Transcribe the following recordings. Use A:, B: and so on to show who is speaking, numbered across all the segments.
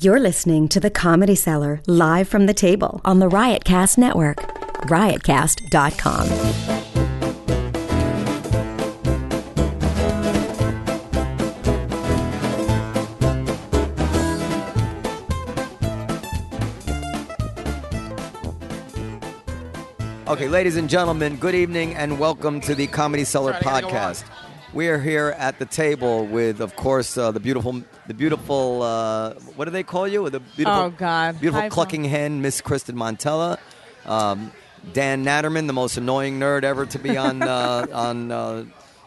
A: You're listening to The Comedy Cellar live from the table on the Riotcast Network, riotcast.com.
B: Okay, ladies and gentlemen, good evening and welcome to the Comedy Cellar podcast. We are here at the table with, of course, uh, the beautiful, the beautiful. Uh, what do they call you? The beautiful,
C: Oh, God.
B: beautiful
C: Hi, Phil.
B: clucking hen, Miss Kristen Montella, um, Dan Natterman, the most annoying nerd ever to be on uh, on uh,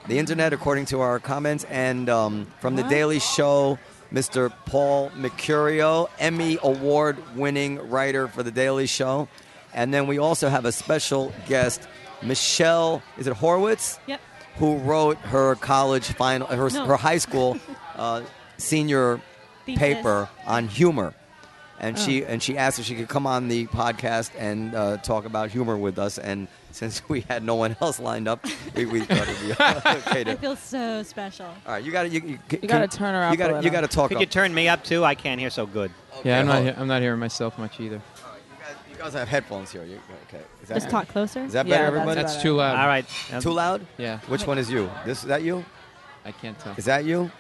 B: the internet, according to our comments, and um, from the Daily Show. Mr. Paul Mercurio, Emmy Award winning writer for The Daily Show. And then we also have a special guest, Michelle, is it Horowitz?
D: Yep.
B: who wrote her college final, her,
D: No.
B: her high school uh, senior
D: Thesis.
B: paper on humor,
C: Oh.
B: and she and she asked if she could come on the podcast and uh, talk about humor with us. And since we had no one else lined up, we, we thought it'd be okay to.
D: I feel so special.
B: All right, you got to you, you, can-
C: gotta turn her up
B: You
C: a
B: got to you
C: little.
B: got to talk.
E: Could
B: up.
E: you turn me up too? I can't hear so good.
B: Okay,
F: Yeah, I'm not.
B: hold-
F: He- I'm not hearing myself much either.
B: You guys, you guys have headphones here. You, okay, is that,
D: Just talk closer.
B: Is that
C: Yeah,
B: better,
C: that's
B: everybody?
C: better.
F: That's too loud.
E: All right. Um,
B: Too loud?
F: Yeah,
B: Which one is you? This is that you?
F: I can't tell.
B: Is that you?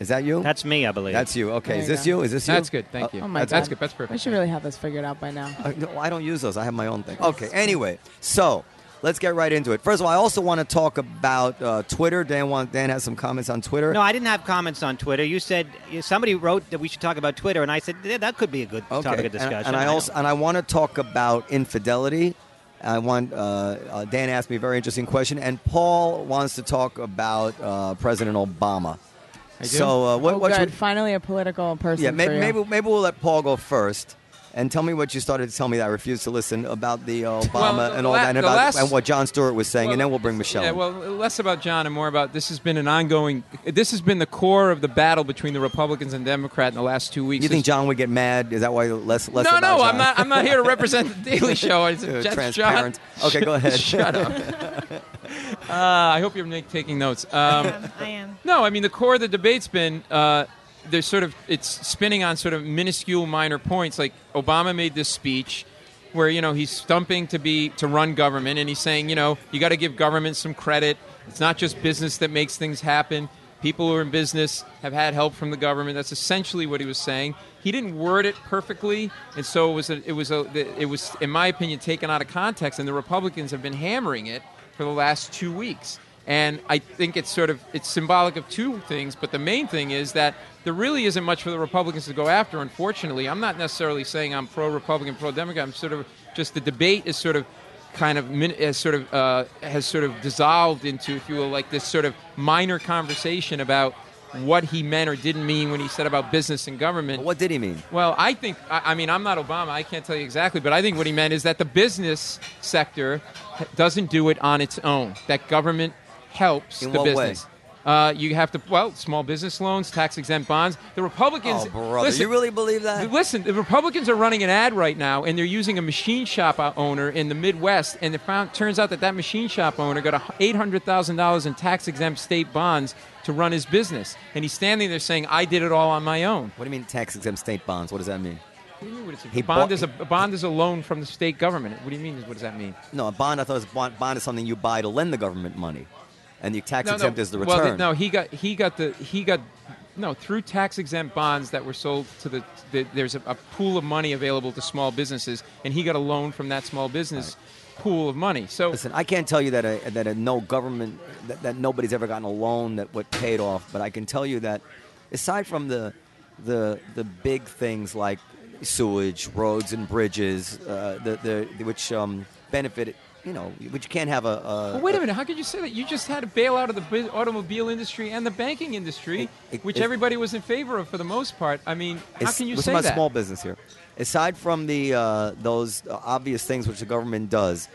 B: Is that you?
E: That's me, I believe.
B: That's you. Okay.
C: There
B: Is
C: you
B: this
C: go.
B: you? Is this you?
F: That's good. Thank you.
C: Oh my
F: that's,
C: God.
F: that's good. That's perfect.
C: I should really have this figured out by now.
B: Uh, no, I don't use those. I have my own thing. Okay. Anyway, so let's get right into it. First of all, I also want to talk about uh, Twitter. Dan want, Dan has some comments on Twitter.
E: No, I didn't have comments on Twitter. You said you- somebody wrote that we should talk about Twitter, and I said yeah, that could be a good
B: okay.
E: topic of
B: and-
E: discussion.
B: And, I also and I want to talk about infidelity. I want uh, uh, Dan asked me a very interesting question, and Paul wants to talk about uh, President Obama.
F: I do?
B: So uh, what,
C: oh,
B: what
C: good.
B: should,
C: Finally, a political person.
B: Yeah, may-
C: for you.
B: maybe maybe we'll let Paul go first, and tell me what you started to tell me that I refused to listen about the uh, Obama
F: the
B: and all
F: la-
B: that, and,
F: the
B: about,
F: last-
B: and what John Stewart was saying, and
F: Well,
B: then we'll bring Michelle.
F: Yeah,
B: in.
F: well, less about John and more about this has been an ongoing. This has been the core of the battle between the Republicans and Democrat in the last two weeks.
B: you think
F: This-
B: John would get mad? Is that why less less?
F: No,
B: about
F: no,
B: John?
F: I'm not. I'm not here to represent the Daily Show. It's
B: Uh,
F: just
B: transparent.
F: John.
B: Okay, go ahead.
F: Shut up. uh, I hope you're make, taking notes. Um,
D: Um, I am.
F: No, I mean the core of the debate's been uh, there's sort of it's spinning on sort of minuscule minor points. Like Obama made this speech where you know he's stumping to be to run government, and he's saying you know you got to give government some credit. It's not just business that makes things happen. People who are in business have had help from the government. That's essentially what he was saying. He didn't word it perfectly, and so it was a, it was a, it was in my opinion taken out of context. And the Republicans have been hammering it for the last two weeks. And I think it's sort of it's symbolic of two things, but the main thing is that there really isn't much for the Republicans to go after. Unfortunately, I'm not necessarily saying I'm pro-Republican, pro-Democrat. I'm sort of just the debate is sort of kind of min- has sort of uh, has sort of dissolved into, if you will, like this sort of minor conversation about what he meant or didn't mean when he said about business and government.
B: What did he mean?
F: Well, I think, I, I mean, I'm not Obama. I can't tell you exactly, but I think what he meant is that the business sector doesn't do it on its own, that government helps
B: In
F: the
B: what way?
F: business. Uh, you have to, well, small business loans, tax exempt bonds. The Republicans.
B: Oh, brother,
F: listen,
B: you really believe that?
F: Listen, the Republicans are running an ad right now, and they're using a machine shop o- owner in the Midwest, and it found, turns out that that machine shop owner got a eight hundred thousand dollars in tax exempt state bonds to run his business, and he's standing there saying, "I did it all on my own."
B: What do you mean tax exempt state bonds? What does that mean?
F: What do you mean, what is it?
B: He
F: A bond
B: bought-
F: is a, a bond is a loan from the state government. What do you mean? What does that mean?
B: No, a bond. I thought it was bond, bond is something you buy to lend the government money, and the tax exempt is the
F: Well,
B: return.
F: no, he got he got the he got no through tax exempt bonds that were sold to the, the there's a, a pool of money available to small businesses, and he got a loan from that small business pool of money. So
B: Listen, I can't tell you that a, that a no government that, that nobody's ever gotten a loan that what paid off, but I can tell you that aside from the the the big things like sewage, roads and bridges, uh, the, the which um, benefit you know which you can't have a, a
F: Well, wait a minute. How could you say that? You just had a bailout of the bu- automobile industry and the banking industry,
B: It- it-
F: which
B: it-
F: everybody was in favor of for the most part. I mean, how
B: It's-
F: can you
B: we're
F: say
B: talking about
F: that?
B: small business here. Aside from the uh, those uh, obvious things which the government does,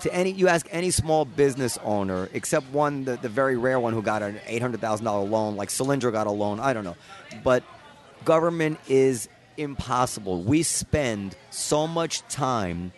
B: to any you ask any small business owner, except one the, the very rare one who got an eight hundred thousand dollar loan, like Solyndra got a loan. I don't know, but government is impossible. We spend so much time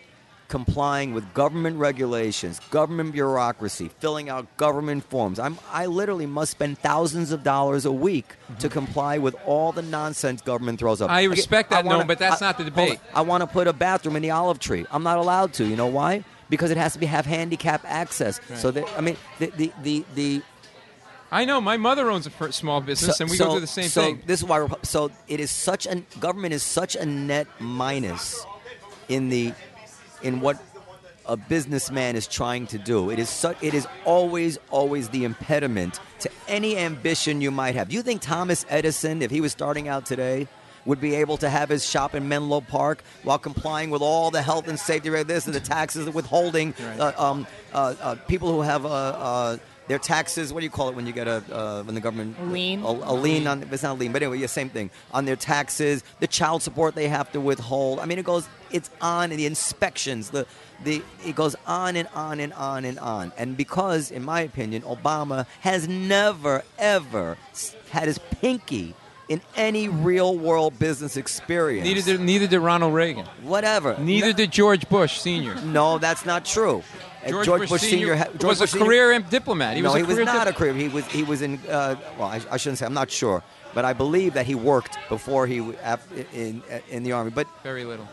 B: complying with government regulations, government bureaucracy, filling out government forms. I'm, I literally must spend thousands of dollars a week to comply with all the nonsense government throws up.
F: Mm-hmm. I
B: Okay,
F: respect that,
B: wanna-
F: Norm, but that's not the
B: hold on.
F: debate.
B: I want to put a bathroom in the olive tree. I'm not allowed to. You know why? Because it has to be have handicap access. So that I mean, the the the, the
F: I know my mother owns a fir- small business, and we go through the same
B: so
F: thing.
B: This is why. Repu- So it is such an government is such a net minus in the in what a businessman is trying to do. It is su- It is always always the impediment to any ambition you might have. You think Thomas Edison, if he was starting out today. Would be able to have his shop in Menlo Park while complying with all the health and safety reg- this and the taxes, the withholding uh, um, uh, uh, people who have uh, uh, their taxes. What do you call it when you get a uh, when the government
C: Lien?
B: a, a lien on it's not a lien, but anyway, yeah, same thing on their taxes, the child support they have to withhold. I mean, it goes, it's on and the inspections, the the it goes on and on and on and on. And because, in my opinion, Obama has never ever s- had his pinky in any real world business experience.
F: Neither did, neither did Ronald Reagan.
B: whatever.
F: Neither did George Bush Sr.
B: No, that's not true. Uh,
F: George, Bush,
B: Sr. ha- George
F: was
B: Bush
F: a
B: Sr.
F: career em- diplomat. He
B: no,
F: was a
B: he was
F: career
B: not
F: dip-
B: a career. He was he was in. Uh, well, I, I shouldn't say. I'm not sure, but I believe that he worked before he w- ap- in in the army. But
F: Very little.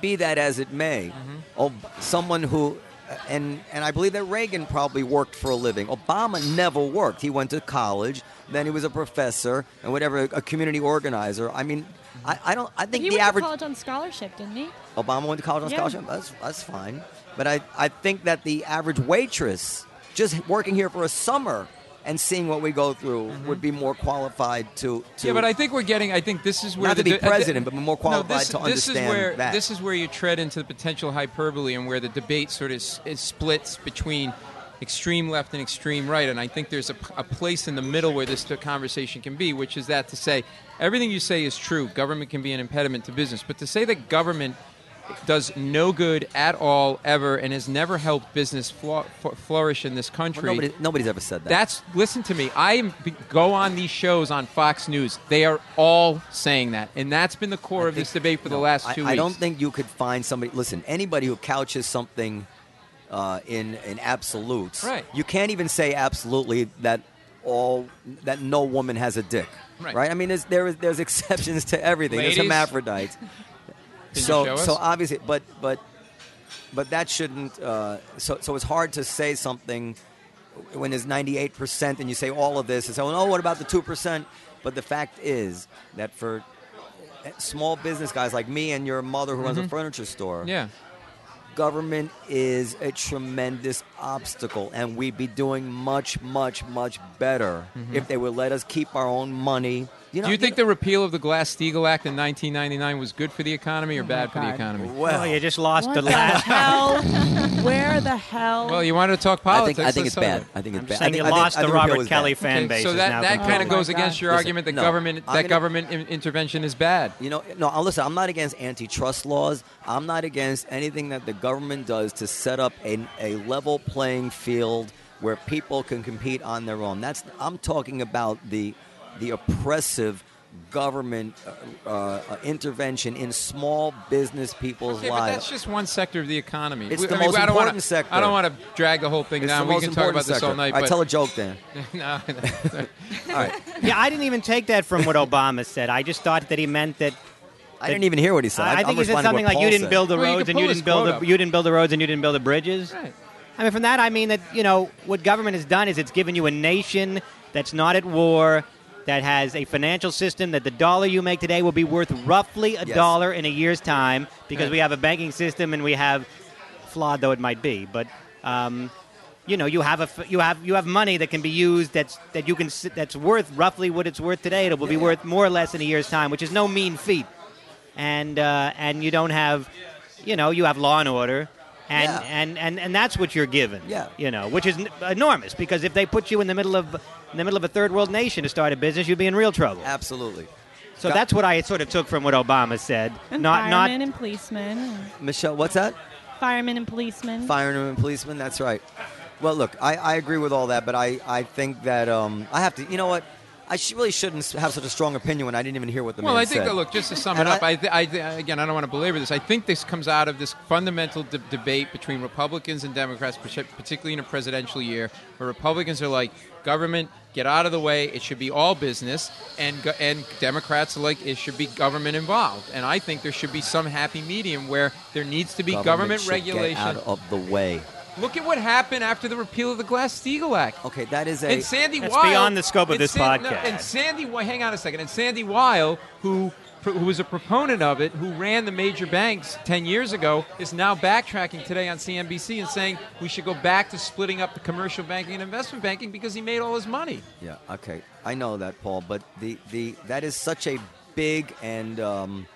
B: be that as it may, Ob- someone who, uh, and and I believe that Reagan probably worked for a living. Obama never worked. He went to college, then he was a professor and whatever, a community organizer. I mean, I, I don't. I think
D: He
B: the
D: went
B: average
D: to college on scholarship, didn't he?
B: Obama went to college on
D: Yeah.
B: scholarship. That's that's fine. But I, I think that the average waitress just working here for a summer and seeing what we go through would be more qualified to, to
F: Yeah, but I think we're getting. I think this is where
B: Not
F: the
B: to be
F: de- I thi-
B: president, but more qualified
F: no, this,
B: to
F: this
B: understand
F: is where,
B: that.
F: This is where you tread into the potential hyperbole and where the debate sort of s- it splits between extreme left and extreme right. And I think there's a, p- a place in the middle where this t- conversation can be, which is that to say everything you say is true. Government can be an impediment to business, but to say that government does no good at all ever and has never helped business flo- f- flourish in this
B: Well,
F: country.
B: nobody, nobody's ever said that.
F: That's listen to me. I am- go on these shows on Fox News. They are all saying that, and that's been the core
B: I
F: of
B: think-
F: this debate for the
B: no,
F: last
B: I-
F: two
B: I,
F: weeks.
B: don't think you could find somebody. Listen, anybody who couches something uh, in in absolutes,
F: Right.
B: You can't even say absolutely that all that no woman has a dick,
F: Right.
B: I mean, there's, there is there's exceptions to everything.
F: Ladies?
B: There's hermaphrodites.
F: Can you
B: so
F: show
B: so
F: us?
B: obviously, but but but that shouldn't. Uh, so so it's hard to say something when there's 98 percent, and you say all of this, and say, well, no, what about the two percent? But the fact is that for eh, small business guys like me and your mother who runs a furniture store,
F: Mm-hmm. yeah,
B: government is a tremendous obstacle, and we'd be doing much, much, much better if they would let us keep our own money. You know,
F: Mm-hmm. do you think
B: know-
F: the repeal of the Glass Steagall Act in 1999 was good for the economy or bad for the
C: God.
F: economy?
B: Well,
E: Oh, you just lost
C: What
E: the
C: the
E: last.
C: hell? Where the hell?
F: Well, you wanted to talk
B: I
F: politics.
B: think, I think
F: let's
B: it's
F: talk
B: bad.
F: about it.
B: I think it's
E: I'm
B: bad.
E: just
B: I
E: saying
B: think, I
E: you
B: think-
E: lost
B: I think
E: the
B: repeal
E: Robert
B: is
E: Kelly
B: bad.
E: fan base.
F: so
E: is now
F: that, that
E: completely-
F: kind of
C: Oh
F: goes
C: my
F: against
C: God.
F: your
B: Listen,
F: argument that
B: no,
F: government
B: I'm
F: that
B: gonna-
F: government in, intervention is bad.
B: You know, no. I'll Listen, I'm not against antitrust laws. I'm not against anything that the government does to set up a, a level playing field where people can compete on their own. That's I'm talking about the the oppressive government uh, uh, intervention in small business people's
F: Okay, but
B: lives.
F: that's just one sector of the economy.
B: It's
F: We-
B: the
F: I mean,
B: most
F: I don't wanna-
B: important sector.
F: I don't want to drag the whole thing
B: It's
F: down.
B: the
F: We
B: most
F: can talk about
B: important
F: this all
B: sector.
F: night.
B: I
F: but
B: tell a joke then.
F: no,
B: All right.
E: yeah, I didn't even take that from what Obama said. I just thought that he meant that
B: I didn't even hear what he said.
E: I,
B: I'm
E: think he said
B: responding to
E: something
B: what
E: like you
B: Paul
E: didn't
B: said.
E: build the
F: Well, you
E: roads
F: could
E: and you
F: pull
E: didn't
F: his
E: build
F: quote
E: the,
F: up.
E: you didn't build the roads and you didn't build the bridges.
F: Right.
E: I mean, from that I mean that you know what government has done is it's given you a nation that's not at war, that has a financial system that the dollar you make today will be worth roughly a
B: Yes.
E: dollar in a year's time because
F: Right.
E: we have a banking system and we have flawed though it might be, but. Um, you know, you have a f- you have you have money that can be used that's that you can s- that's worth roughly what it's worth today. It will be worth more or less in a year's time, which is no mean feat. And uh, and you don't have, you know, you have law and order, and
B: Yeah.
E: and, and and that's what you're given.
B: Yeah.
E: you know, which is n- enormous because if they put you in the middle of in the middle of a third world nation to start a business, you'd be in real trouble.
B: Uh, Absolutely.
E: So that's what I sort of took from what Obama said.
D: And
E: Not not
D: firemen and policemen. and
B: Michelle, what's that?
D: Firemen and policemen.
B: Firemen and policemen. That's right. Well, look, I, I agree with all that, but I, I think that um, I have to. You know what? I sh- really shouldn't have such a strong opinion when I didn't even hear what the
F: Well,
B: man
F: I think
B: said.
F: that look. Just to sum it
B: And I-
F: up, I, th- I th- again, I don't want to belabor this. I think this comes out of this fundamental de- debate between Republicans and Democrats, partic- particularly in a presidential year, where Republicans are like, "Government, get out of the way. It should be all business," and go- and Democrats are like, "It should be government involved." And I think there should be some happy medium where there needs to be government,
B: should
F: regulation.
B: Get out of the way.
F: look at what happened after the repeal of the Glass-Steagall Act.
B: Okay, that is a.
F: And Sandy
E: That's
F: Weill-
E: beyond the scope of
F: and
E: this
F: San- no,
E: podcast.
F: and Sandy, Wi- hang on a second. And Sandy Weil, who who was a proponent of it, who ran the major banks ten years ago, is now backtracking today on CNBC and saying we should go back to splitting up the commercial banking and investment banking because he made all his money.
B: Yeah. Okay. I know that, Paul. But the the that is such a big and um,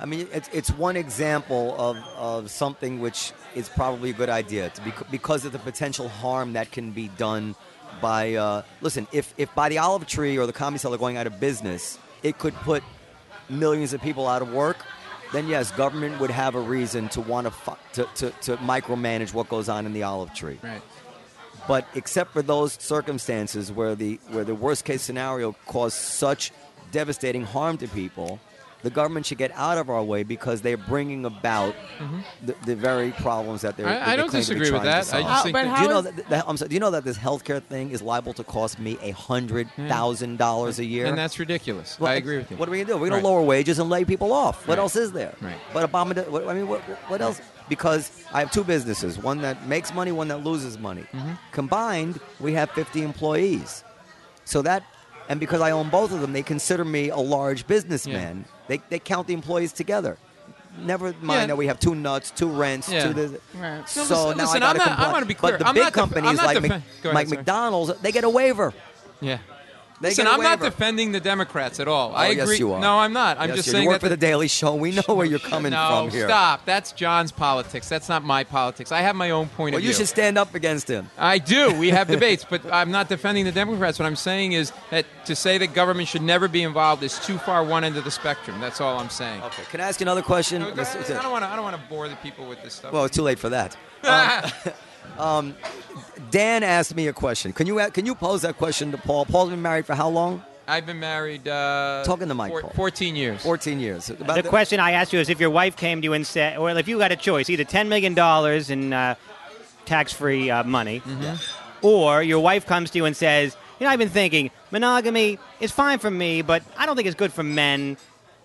B: I mean it's it's one example of of something which is probably a good idea to bec- because of the potential harm that can be done by uh, listen if if by the olive tree or the comedy cellar going out of business it could put millions of people out of work. Then yes, government would have a reason to want to, fu- to, to, to micromanage what goes on in the olive tree.
F: Right.
B: But except for those circumstances where the where the worst case scenario caused such devastating harm to people, the government should get out of our way because they're bringing about the, the very problems that they're.
F: I-
B: that
F: I
B: they
F: don't
B: claim to be
F: disagree with
B: trying to
F: that. I
B: solve.
F: just
C: Uh,
F: think
C: but
F: that-
C: how
B: do you know
C: is-
B: that, that- I'm sorry, do you know that this healthcare thing is liable to cost me a hundred thousand dollars a year?
F: and that's ridiculous.
B: Well,
F: I agree with you.
B: What are we gonna do? We're gonna
F: Right.
B: lower wages and lay people off. What
F: Right.
B: else is there?
F: Right.
B: But Obama. did- What, I mean, what, what else? Because I have two businesses: one that makes money, one that loses money.
F: Mm-hmm.
B: Combined, we have 50 employees. So that, and because I own both of them, they consider me a large businessman. They they count the employees together. Never mind
F: Yeah.
B: that we have two nuts, two rents,
F: Yeah.
B: two this.
C: Right.
B: So
F: No, listen-
B: now
F: listen,
B: I
F: I'm
B: gotta
F: not- I
B: comply.
F: wanna be
B: But
F: clear.
B: the
F: I'm
B: big
F: not def- I'm
B: companies
F: not
B: like,
F: defen-
B: Mc-
F: Go ahead,
B: like
F: sorry.
B: McDonald's, they get a waiver.
F: Yeah.
B: They
F: Listen,
B: get a
F: I'm not
B: waiver.
F: defending the Democrats at all.
B: Oh,
F: I agree.
B: Yes, you are.
F: No, I'm not. I'm
B: Yes,
F: just
B: you-
F: saying
B: you work
F: that
B: for the Daily Show. We know Oh, where you're coming
F: no,
B: from here.
F: stop. That's John's politics. That's not my politics. I have my own point
B: Well,
F: of
B: you
F: view.
B: should stand up against him.
F: I do. We have debates, but I'm not defending the Democrats. What I'm saying is that to say that government should never be involved is too far one end of the spectrum. That's all I'm saying.
B: Okay. Can I ask you another question?
F: No, go
B: Mr.
F: ahead. I don't want to. I don't want to bore the people with this stuff.
B: Well, it's too late for that. Um, Dan asked me a question. Can you can you pose that question to Paul? Paul's been married for how long?
F: I've been married. Uh,
B: Talking to Mike, Paul.
F: 14 years.
B: 14 years. About
E: the question I asked you is if your wife came to you and said, well, if you got a choice, either $10 million in uh, tax free uh, money, or your wife comes to you and says, you know, I've been thinking, monogamy is fine for me, but I don't think it's good for men.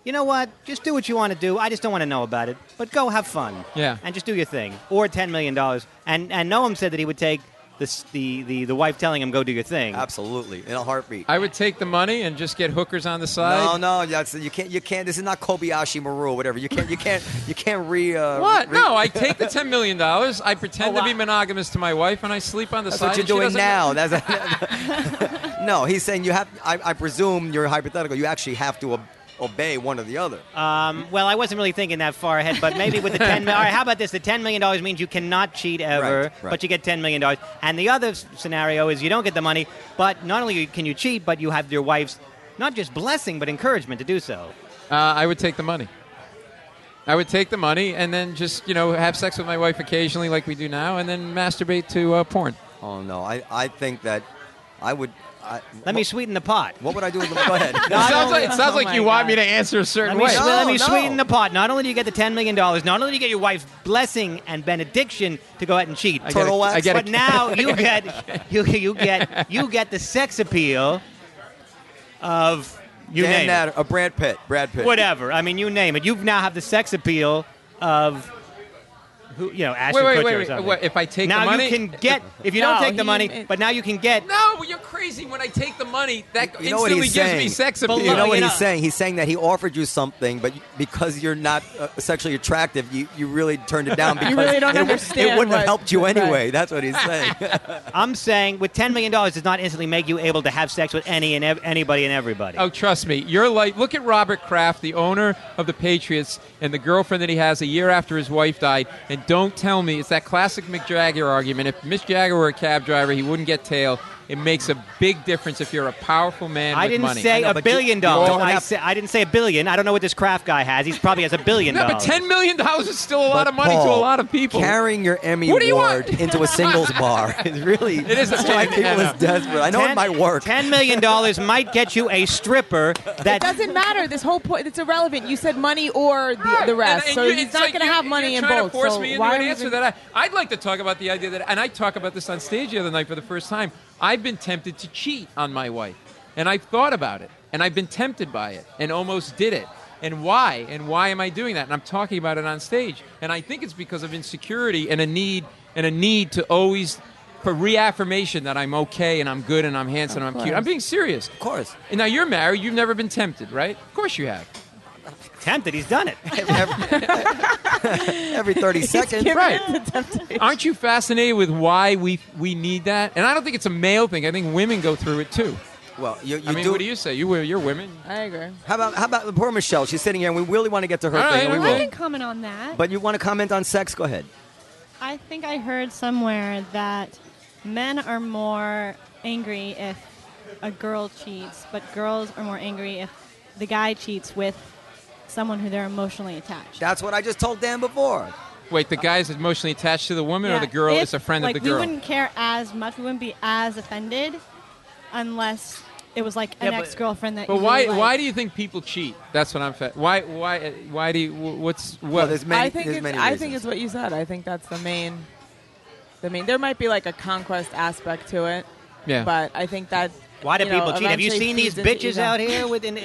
E: You know what? Just do what you want to do. I just don't want to know about it. But go have fun.
F: Yeah.
E: And just do your thing. Or $10 million. And, and Noam said that he would take the, s- the, the, the wife telling him, go do your thing.
B: Absolutely, in a heartbeat.
F: I would take the money and just get hookers on the side.
B: no, no, that's, you can't. You can't. This is not Kobayashi Maru, whatever. You can't. You can't. You can't re. Uh,
F: What?
B: re-
F: No, I take the ten million dollars. I pretend
E: Oh,
F: to be
E: wow.
F: monogamous to my wife, and I sleep on the
B: That's
F: side.
B: what you're
F: and
B: doing
F: she doesn't-
B: now. That's no, he's saying you have. I, I presume you're hypothetical. You actually have to ob- obey one or the other.
E: Um, well, I wasn't really thinking that far ahead, but maybe with the ten. all right, how about this? The ten million dollars means you cannot cheat ever,
B: Right, right.
E: but you get ten million dollars. And the other s- scenario is you don't get the money, but not only can you cheat, but you have your wife's not just blessing but encouragement to do so.
F: Uh, I would take the money. I would take the money and then just you know have sex with my wife occasionally, like we do now, and then masturbate to uh, porn.
B: Oh no, I, I think that I would. I,
E: Let me sweeten the pot.
B: What would I do with the Go ahead.
F: It sounds like, it sounds
C: oh
F: like
C: my
F: you want
C: God.
F: me to answer a certain
E: Let me,
F: way.
B: No,
E: swe- let me
B: no.
E: sweeten the pot. Not only do you get the ten million dollars, not only do you get your wife's blessing and benediction to go out and cheat,
F: I get
B: Turtle
F: a-
B: wax?
F: I get a-
E: but now you get you, you get you get the sex appeal of you
B: Dan
E: name it.
B: Natter- uh, Brad Pitt. Brad Pitt.
E: whatever. I mean, you name it. You now have the sex appeal of who you know. Ashton
F: wait,
E: Kutcher
F: wait,
E: or
F: wait,
E: something.
F: wait. If I take
E: now
F: the money,
E: you can get if you
C: No,
E: don't take the
C: he-
E: money, but now you can get.
F: No, you're crazy. When I take the money, that
B: You know what
F: instantly
B: he's
F: gives me
B: saying.
F: sex
E: But
F: appeal.
E: look,
B: You know what
E: you
B: he's
E: know-
B: saying? He's saying that he offered you something, but you- because you're not uh, sexually attractive, you, you really turned it down because
C: really don't
B: it, w-
C: understand
B: it wouldn't have
C: what-
B: helped you
C: right.
B: anyway. That's what he's saying.
E: I'm saying with ten million dollars does not instantly make you able to have sex with any and ev- anybody and everybody.
F: Oh, trust me. You're like, look at Robert Kraft, the owner of the Patriots, and the girlfriend that he has a year after his wife died. And don't tell me it's that classic Mick Jagger argument. If Mick Jagger were a cab driver, he wouldn't get tail. It makes a big difference if you're a powerful man
E: I
F: with
E: didn't
F: money.
E: say
B: know,
E: a
B: but you-
E: billion
B: you
E: dollars.
B: don't
E: I,
B: have-
E: say, I didn't say a billion. I don't know what this craft guy has. He's probably has a billion
F: no, but
E: dollars.
F: ten million dollars is still a lot
B: But
F: of money to a
B: Paul,
F: lot of people.
B: Carrying your Emmy
F: What do you want?
B: award into a singles bar is really it
F: is a
B: why
F: pain in the
B: people is
F: ass.
B: desperate. I know it
E: Ten-
B: might work.
E: Ten million dollars might get you a stripper. That
C: It doesn't matter. This whole point, it's irrelevant. You said money or the, the rest.
F: And- and
C: so
F: you-
C: he's
F: it's
C: not
F: like
C: going
F: you-
C: have money
F: you're
C: in
F: trying
C: both.
F: to force
C: so
F: me into
C: why
F: an
C: are we
F: answer
C: even-
F: that I, I'd like to talk about the idea that, and I talk about this on stage the other night for the first time. I've been tempted to cheat on my wife, and I've thought about it, and I've been tempted by it, and almost did it. And why? And why am I doing that? And I'm talking about it on stage, and I think it's because of insecurity and a need and a need to always for reaffirmation that I'm okay and I'm good and I'm handsome and I'm cute. I'm being serious. Of
B: course.
F: And now you're married. You've never been tempted, right? Of course you have.
E: tempted. He's done it.
B: Every 30 seconds.
F: right. Aren't you fascinated with why we we need that? And I don't think it's a male thing. I think women go through it too.
B: Well, you, you
F: I mean,
B: do.
F: what do you say? You were- you're women.
C: I agree.
B: How about how about poor Michelle? She's sitting here, and we really want to get to her
F: All right,
B: thing. and we
F: all
B: will.
F: right.
D: I can comment on that.
B: But you want to comment on sex? Go ahead.
D: I think I heard somewhere that men are more angry if a girl cheats, but girls are more angry if the guy cheats with someone who they're emotionally attached.
B: That's what I just told Dan before.
F: Wait, the guy is emotionally attached to the woman, or the
D: Yeah,
F: girl
D: if-
F: is a friend
D: like,
F: of the girl.
D: We wouldn't care as much. We wouldn't be as offended unless it was like an
E: Yeah, but-
D: ex-girlfriend that.
F: but
D: you
F: why
D: really
F: why
D: liked.
F: do you think people cheat? That's what I'm. Fa- why why why do you, what's what?
B: Well, there's many.
C: I think
B: there's
C: it's,
B: many
C: I think it's
B: reasons.
C: what you said. I think that's the main. The main. There might be like a conquest aspect to it.
F: yeah.
C: But I think that.
E: Why do
C: you know,
E: people cheat? Have you
C: eventually
E: seen these
C: feeds into
E: bitches
C: ego.
E: out here with in,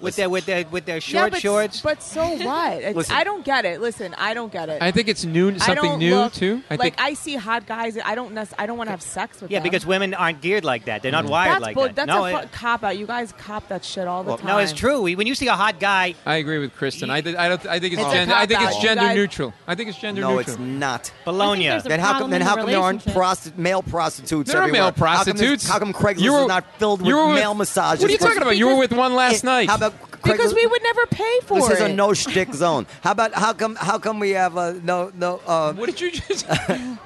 E: with their with their with their short
C: yeah, but,
E: shorts?
C: But so what? It's,
B: Listen.
C: I don't get it. Listen, I don't get it.
F: I think it's new,
C: I
F: something
C: don't
F: new
C: look-
F: too. I
C: like
F: think
C: I see hot guys. I don't. Nec- I don't want to have sex with
E: yeah,
C: them.
E: because women aren't geared like that. They're not
F: Mm.
E: wired
C: that's
E: like
C: bull-
E: that.
C: that's
E: no,
C: a
E: it-
C: fu- cop out. You guys cop that shit all the
E: well,
C: time.
E: no, it's true. We- When you see a hot guy,
F: I, agree with Kristen. I, thi- I don't. I think it's,
C: It's a
F: gender. I think it's
C: cop-out.
F: gender
C: You guys-
F: neutral. I think it's gender
B: no,
F: neutral.
B: it's not.
E: Bologna.
D: there's a-
B: Then how come?
D: problem
B: Then
D: in
B: how
D: the
B: come there aren't
D: relationship.
B: prosti- male prostitutes?
F: There are
B: everywhere?
F: male prostitutes.
B: How come, this, how come Craigslist
F: You were-
B: is not filled with
F: you were with-
B: male massages?
F: What are you talking about? You were with one last
B: Eh,
F: night.
B: How about Craigslist?
C: Because we would never pay for
B: This
C: it.
B: is a
E: uh,
B: no shtick zone. How about how come how come we have uh, no no uh,
F: what did you just?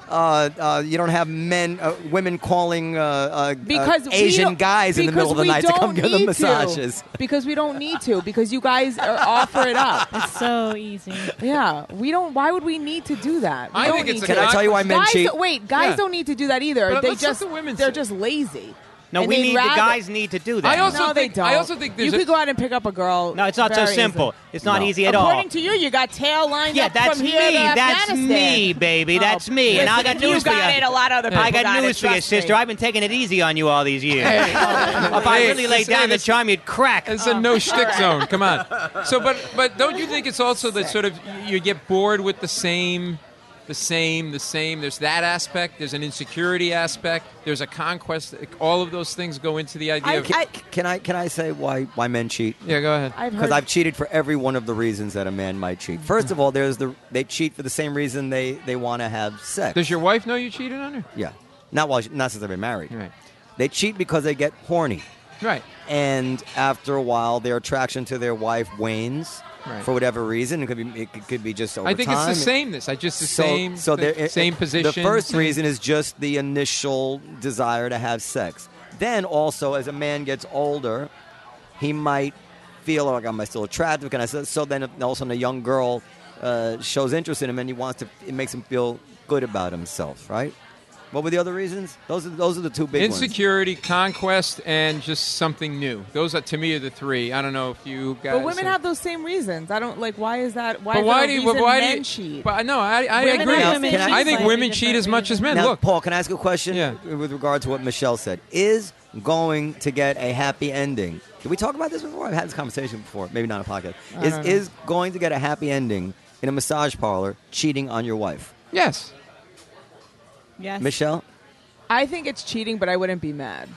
B: uh, uh, you don't have men uh, women calling uh, uh,
C: because
B: uh,
C: we
B: Asian
C: don't-
B: guys in the
C: because
B: middle of the
C: we
B: night to come
C: don't
B: give them
C: need to.
B: massages.
C: Because we don't need to. Because you guys are offer it up.
D: It's so easy.
C: Yeah, we don't. Why would we need to do that? We
F: I
C: don't
F: think it's
C: need
F: a
B: Can I tell you why
C: to.
B: men
C: guys.
B: cheat?
C: Wait, guys
F: Yeah.
C: don't need to do that either.
F: But
C: they
F: let's let
C: just
F: the women
C: they're
F: say.
C: just lazy.
E: no,
C: And
E: we
C: they'd
E: need the
C: rather-
E: guys need to do that.
F: I also-
C: no, they
F: think-
C: don't.
F: I also think there's
C: you
F: a-
C: could go out and pick up a girl.
E: no, it's not so
C: very
E: simple.
C: easily.
E: It's not
B: No.
E: easy at all.
C: According to you, you got tail lined
E: yeah,
C: up
E: that's
C: from
E: me.
C: here to
E: That's
C: Afghanistan.
E: me, baby.
C: Oh,
E: That's me. And I
C: listen,
E: got news
C: you got
E: for you.
C: it. A lot of other people
E: I got,
C: got
E: news
C: it,
E: for you,
C: trust me.
E: sister. I've been taking it easy on you all these years. if I
F: Hey,
E: really laid
F: listen,
E: down the
F: this-
E: charm, you'd crack.
F: It's a no shtick zone. Come on. So, but but don't you think it's also that sort of you get bored with the same, the same, the same. There's that aspect. There's an insecurity aspect. There's a conquest. All of those things go into the idea. of,
C: I-
B: Can I can I say why why men cheat?
F: yeah, go ahead.
C: I've
B: Because
C: heard.
B: I've cheated for every one of the reasons that a man might cheat. First of all, there's the they cheat for the same reason they they want to have sex.
F: Does your wife know you cheated on her?
B: yeah, not while she- not since I've been married.
F: Right.
B: They cheat because they get horny,
F: Right.
B: and after a while, their attraction to their wife wanes
F: Right.
B: for whatever reason. It could be it could, could be just over
F: I think it's the
B: time.
F: sameness. I just the
B: So,
F: same.
B: so
F: the
B: there-
F: same position.
B: The first reason is just the initial desire to have sex. Then also, as a man gets older, he might feel like, "Am I still attractive?" Can I? s-" So then, if all of a sudden, a young girl uh, shows interest in him, and he wants to. It makes him feel good about himself, right? What were the other reasons? Those are those are the two big ones.
F: Insecurity, conquest, and just something new. Those are to me are the three. I don't know if you guys.
C: but women have those same reasons. I don't like. Why is that? Why
F: But
C: is
F: why
C: that a
F: do you?
C: reason
F: But why do
C: men
F: you?
C: cheat?
F: But no, I, I
D: Women
F: agree.
D: and
F: I,
D: women
B: cheat
F: think
D: slightly
F: women cheat
D: different
F: as much as
D: reasons.
F: men.
B: Now,
F: Look,
B: Paul, can I ask a question
F: Yeah.
B: with regard to what Michelle said? Is going to get a happy ending? Did we talk about this before? I've had this conversation before, maybe not on a podcast. Is is going to get a happy ending in a massage parlor cheating on your wife,
F: yes.
D: Yes.
B: Michelle?
C: I think it's cheating, but I wouldn't be mad.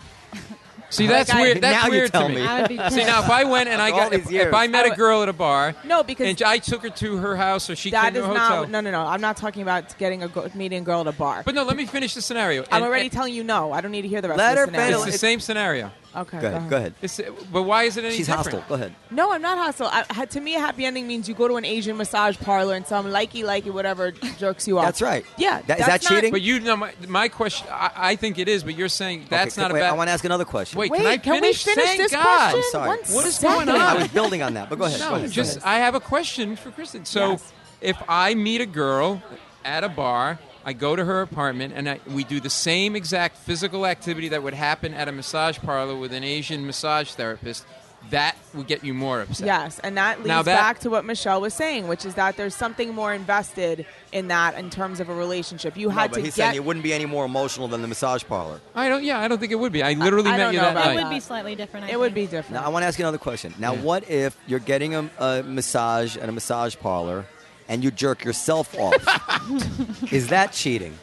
F: See, that's
C: I-
F: weird. That's
B: now you
F: weird
B: tell
F: to me.
B: me.
D: I would be.
F: See, now if I went and I
B: After all
F: got if,
B: these years.
F: if I met
C: I
F: a
C: would-
F: girl at a bar,
C: No, because-
F: and I took her to her house or she
C: That
F: came
C: is
F: to a hotel.
C: not. No, no, no. I'm not talking about getting a go- meeting a girl at a bar.
F: But no, let me finish the scenario.
C: I'm
F: And-
C: already
F: and
C: telling you no. I don't need to hear the rest
B: Let
C: of
B: her
C: the scenario.
F: It's the
B: It's-
F: same scenario.
C: Okay.
B: Go ahead. Go ahead.
F: It's, but why is it any
B: She's
F: different?
B: hostile. Go ahead.
C: No, I'm not hostile. I, ha- to me, a happy ending means you go to an Asian massage parlor and some likey likey whatever jerks you off.
B: That's right.
C: Yeah.
B: That- is
C: that's
B: that
C: not-
B: cheating?
F: But you know, my, my question. I, I think it is, but you're saying that's
B: Okay,
F: not
B: wait,
F: a bad.
B: I want to ask another question.
F: Wait,
C: Wait,
F: can I
C: can we
F: finish?
C: finish
F: Thank
C: this
F: God.
C: question?
B: I'm sorry.
C: One
F: What is going
C: second.
F: on?
B: I was building on that, but go ahead. go
F: No,
B: ahead, go
F: just
B: ahead.
F: I have a question for Kristen. So,
C: Yes.
F: if I meet a girl at a bar, I go to her apartment, and I, we do the same exact physical activity that would happen at a massage parlor with an Asian massage therapist. That would get you more upset.
C: Yes, and that
F: Now
C: leads
F: that-
C: back to what Michelle was saying, which is that there's something more invested in that in terms of a relationship. You
B: No,
C: had
B: but
C: to
B: he's saying
C: get.
B: it wouldn't be any more emotional than the massage parlor.
F: I don't. Yeah, I don't think it would be. I literally
C: I
F: met
C: don't
F: you
C: know
F: that
C: about
F: night.
D: It would
C: that.
D: be slightly different. I
C: it would be
D: think.
C: different.
B: Now I want to ask you another question. Now, what if you're getting a, a massage at a massage parlor and you jerk yourself off? Is that cheating?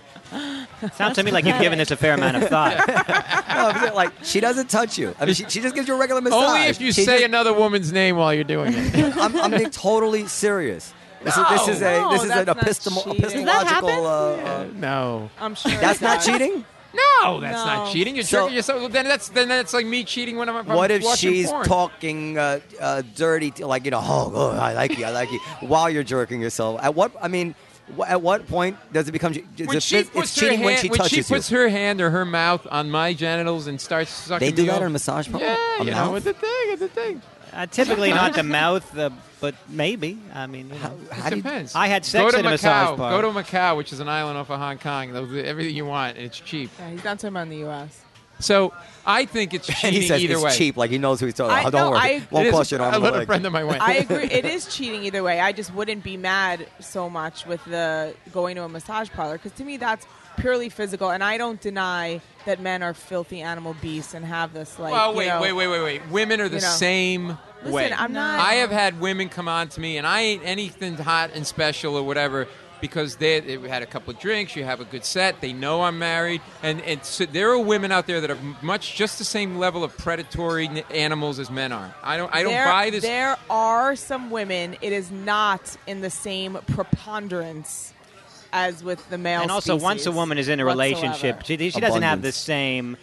E: Sounds to me like you've given this a fair amount of thought.
B: No, I'm saying, like she doesn't touch you. I mean, she, she just gives you a regular massage.
F: Only if you
B: She
F: say
B: just-
F: another woman's name while you're doing it.
B: I'm, I'm being totally serious. This is this is a
C: No,
B: this is an
C: that's not
B: epistemo-
C: cheating. Does that
D: happen?
B: epistemological. Uh, uh,
F: no.
C: I'm sure
B: that's
C: it
B: not
C: does.
B: cheating.
F: No, that's not
C: No.
F: cheating. You're
B: So-
F: jerking yourself. Then that's then that's like me cheating when I'm. if I'm
B: What if
F: watching
B: she's
F: porn.
B: talking uh, uh, dirty, t- like you know, oh, oh, I like you, I like you, while you're jerking yourself? At what? I mean, wh- at what point does it become? che- Is
F: When
B: it
F: she
B: phys-
F: puts
B: it's cheating
F: her hand,
B: when she touches
F: puts
B: you.
F: her hand or her mouth on my genitals and starts sucking.
B: they do
F: me
B: that
F: off.
B: in a massage parlor.
F: Yeah,
B: A
F: you know,
B: mouth?
F: with the thing, with the thing.
E: Uh, typically not the mouth, uh, but maybe. I mean, you know.
B: How do you-
F: Depends.
E: I had
F: go
E: sex
F: to
E: at a
F: Macau.
E: massage
F: Go
E: parlor.
F: to Macau, which is an island off of Hong Kong. They'll do everything you want, and it's cheap.
C: Yeah, he's not talking about in the U.S.
F: So I think it's cheating
B: and he says
F: either
B: it's
F: way.
B: cheap, like he knows who he's talking about.
C: I-
B: Oh, don't
C: no,
B: worry,
C: I-
B: it
F: It
B: won't
F: is-
B: cost you an arm
F: I
B: and a
F: let a
B: leg.
F: friend of mine went.
C: I agree. It is cheating either way. I just wouldn't be mad so much with the going to a massage parlor because to me that's purely physical, and I don't deny that men are filthy animal beasts and have this like.
F: Well,
C: you
F: wait,
C: know-
F: wait, wait, wait, wait. Women are the
C: you know.
F: same
C: Listen,
F: way.
C: I'm not-
F: I have had women come on to me, and I ain't anything hot and special or whatever because they, they had a couple drinks. You have a good set. They know I'm married, and and so there are women out there that are much just the same level of predatory n- animals as men are. I don't. I don't
C: there,
F: buy this.
C: There are some women. It is not in the same preponderance as with the male.
E: And also, once a
C: species
E: woman is in a relationship,
C: whatsoever.
E: she, um, she doesn't have the
B: Abundance.
E: same.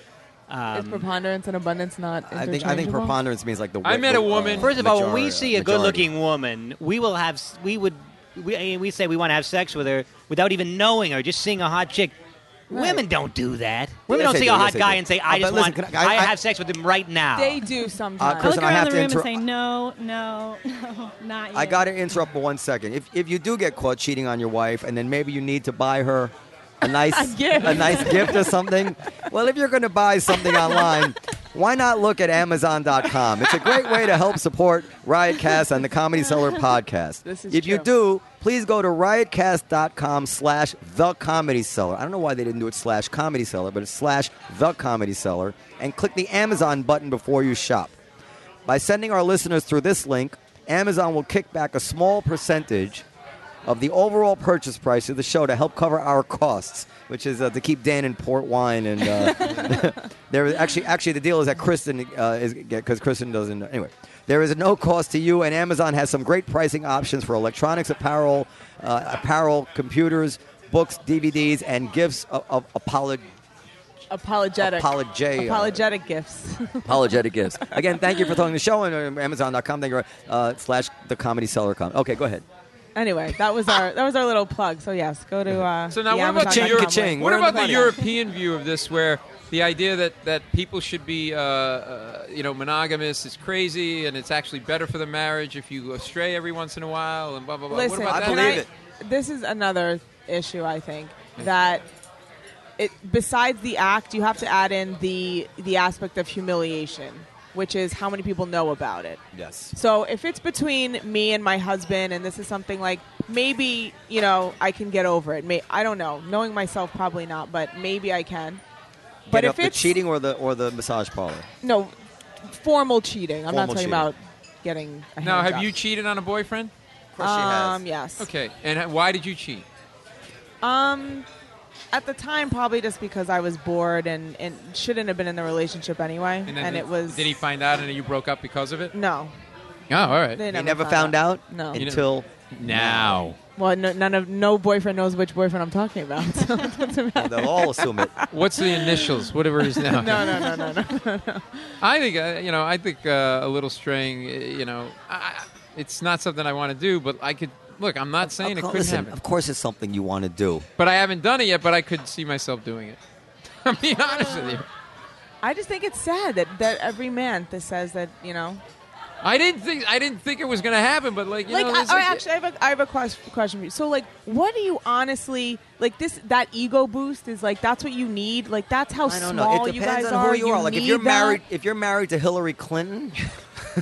C: is preponderance and abundance not.
B: I think I think
C: interchangeable?
B: preponderance means like the. wi-
F: I met
B: the,
F: a woman-
B: uh,
E: First of all, when we
B: majority-
E: see a
B: majority.
E: good-looking woman, we will have s- we would we, I mean, we say we want to have sex with her without even knowing her, just seeing a hot chick. Women don't do that. Women
B: Yes,
E: don't
B: they
E: see
B: do.
E: a
B: Yes,
E: hot
B: they
E: guy
B: do.
E: and say,
B: Uh,
E: "I just
B: but listen,
E: want
B: can I-
E: I,
B: I-
E: have sex with him right now."
C: They do sometimes.
D: I
B: Uh, Chris,
D: look
B: and I
D: around
B: have
D: the
B: to
D: room
B: inter-
D: and say, no, no, no, not you.
B: I got to interrupt for one second. If, if you do get caught cheating on your wife, and then maybe you need to buy her a nice a,
C: gift.
B: nice gift or something. Well, if you're going to buy something online, why not look at Amazon.com? It's a great way to help support Riotcast and the Comedy Seller podcast.
C: This is
B: if you
C: true.
B: do, please go to riotcast.com slash the comedy seller. I don't know why they didn't do it slash comedy seller, but it's slash the comedy seller, and click the Amazon button before you shop. By sending our listeners through this link, Amazon will kick back a small percentage of the overall purchase price of the show to help cover our costs, which is uh, to keep Dan in port wine. And uh, there is actually, actually, the deal is that Kristen uh, is because Kristen doesn't. Anyway, there is no cost to you, and Amazon has some great pricing options for electronics, apparel, uh, apparel, computers, books, DVDs, and gifts of, of apolog-
C: apologetic.
B: Apologia.
C: Apologetic gifts.
B: apologetic gifts. Again, thank you for throwing the show on uh, Amazon.com. Thank you uh, slash the comedy seller. Com. Okay, go ahead.
C: anyway, that was our that was our little plug. So yes, go to. Uh,
F: So now,
C: the
F: what about the
C: Amazon.com
B: Europe-
F: Euro-
B: Ka-ching.
F: what
B: We're in
F: about
B: the money.
F: the, European view of this, where the idea that, that people should be, uh, uh, you know, monogamous is crazy, and it's actually better for the marriage if you go stray every once in a while, and blah blah blah.
C: Listen,
F: what about
C: can
F: that?
B: believe
C: it. This is another issue I think that it besides the act, you have to add in the the aspect of humiliation, which is how many people know about it.
B: Yes.
C: So if it's between me and my husband, and this is something like maybe you know I can get over it. May, I don't know. Knowing myself, probably not, but maybe I can. But if
B: the
C: it's
B: cheating or the or the massage parlor,
C: no formal cheating, I'm not
B: Formal
C: talking
B: cheating.
C: about getting. A
F: Now, have
C: handjob.
F: you cheated on a boyfriend?
B: of
C: Um, yes.
F: Okay, and ha- why did you cheat?
C: Um, at the time, probably just because I was bored and, and shouldn't have been in the relationship anyway. And,
F: then
C: it was. Mm.
F: Did he find out, and you broke up because of it?
C: No.
F: Oh, all right.
C: They
B: He
C: never,
B: never found out
C: No.
F: You
B: until
F: now,
C: Well, no, none of no boyfriend knows which boyfriend I'm talking about. So it doesn't matter.
B: They'll all assume it.
F: What's the initials? Whatever it is now.
C: No, no, no, no, no.
F: I think uh, you know. I think uh, a little straying. uh, You know, I, it's not something I want to do, but I could look. I'm not saying it
B: Of course-
F: couldn't
B: Listen,
F: happen,
B: of course it's something you want to do.
F: but I haven't done it yet. But I could see myself doing it. I'm being honest with you.
C: I just think it's sad that, that every man that says that you know.
F: I didn't think I didn't think it was going to happen, but like you
C: like,
F: know,
C: I,
F: it's
C: all right, actually, I have a, I have a quest, question for you. So, like, what do you honestly like? This that ego boost is like that's what you need. Like that's how
B: I don't
C: small
B: know. It
C: you
B: depends
C: guys
B: on
C: are.
B: who you are. Like if
C: need
B: you're
C: that.
B: married, if you're married to Hillary Clinton,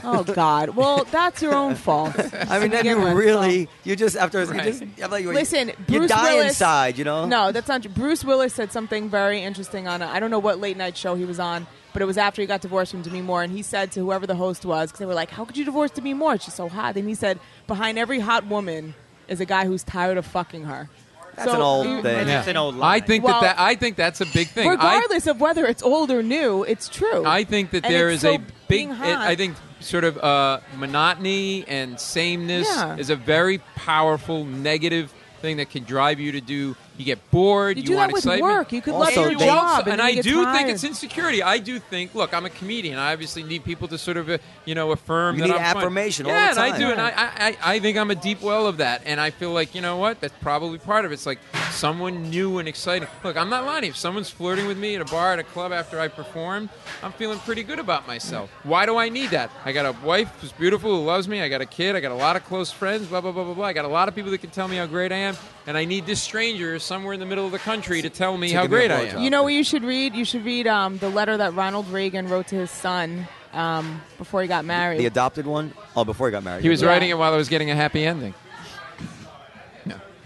C: Oh God! Well, that's your own fault.
B: I mean, then
C: begin
B: you
C: with,
B: really, you just after
F: Right.
B: you just I'm like, you-
C: Listen,
B: you,
C: Bruce
B: die
C: Willis-
B: inside, you know.
C: No, that's not true. Bruce Willis said something very interesting on a, I don't know what late night show he was on, but it was after he got divorced from Demi Moore, and he said to whoever the host was, because they were like, "How could you divorce Demi Moore? She's so hot." And he said, "Behind every hot woman is a guy who's tired of fucking her."
B: That's an old
C: you-
B: thing.
E: It's an old
F: I
E: line.
F: think
C: Well-
F: that, that I think that's a big thing. I-
C: Regardless of whether it's old or new, it's true.
F: I think that
C: And
F: there is
C: it's
F: a
C: so
F: big.
C: being
F: it-
C: hot.
F: I think sort of uh, monotony and sameness
C: Yeah.
F: is a very powerful negative thing that can drive you to do. You get bored.
C: you
F: You,
C: do
F: want
C: that with
F: excitement.
C: work. You could
B: Also,
C: love your
B: they-
C: job, then
F: and, I
C: you get
F: do think
C: tired.
F: it's insecurity. I do think. Look, I'm a comedian. I obviously need people to sort of uh, you know affirm.
B: You
F: that
B: need
F: I'm funny.
B: affirmation all
F: Yeah,
B: the
F: and I do,
B: time.
F: and I, I I- I think I'm a deep well of that, and I feel like you know what? That's probably part of it. It's like someone new and exciting. Look, I'm not lying. If someone's flirting with me at a bar at a club after I perform, I'm feeling pretty good about myself. Why do I need that? I got a wife who's beautiful, who loves me. I got a kid. I got a lot of close friends. Blah blah blah blah blah. I got a lot of people that can tell me how great I am, and I need this stranger somewhere in the middle of the country to tell me
B: To
F: how
B: give me a
F: great I
B: blowjob.
F: am.
C: You know what you should read? You should read um, the letter that Ronald Reagan wrote to his son um, before he got married.
B: The adopted one. Oh, before he got married.
F: He was
C: Yeah.
F: writing it while I was getting a happy ending.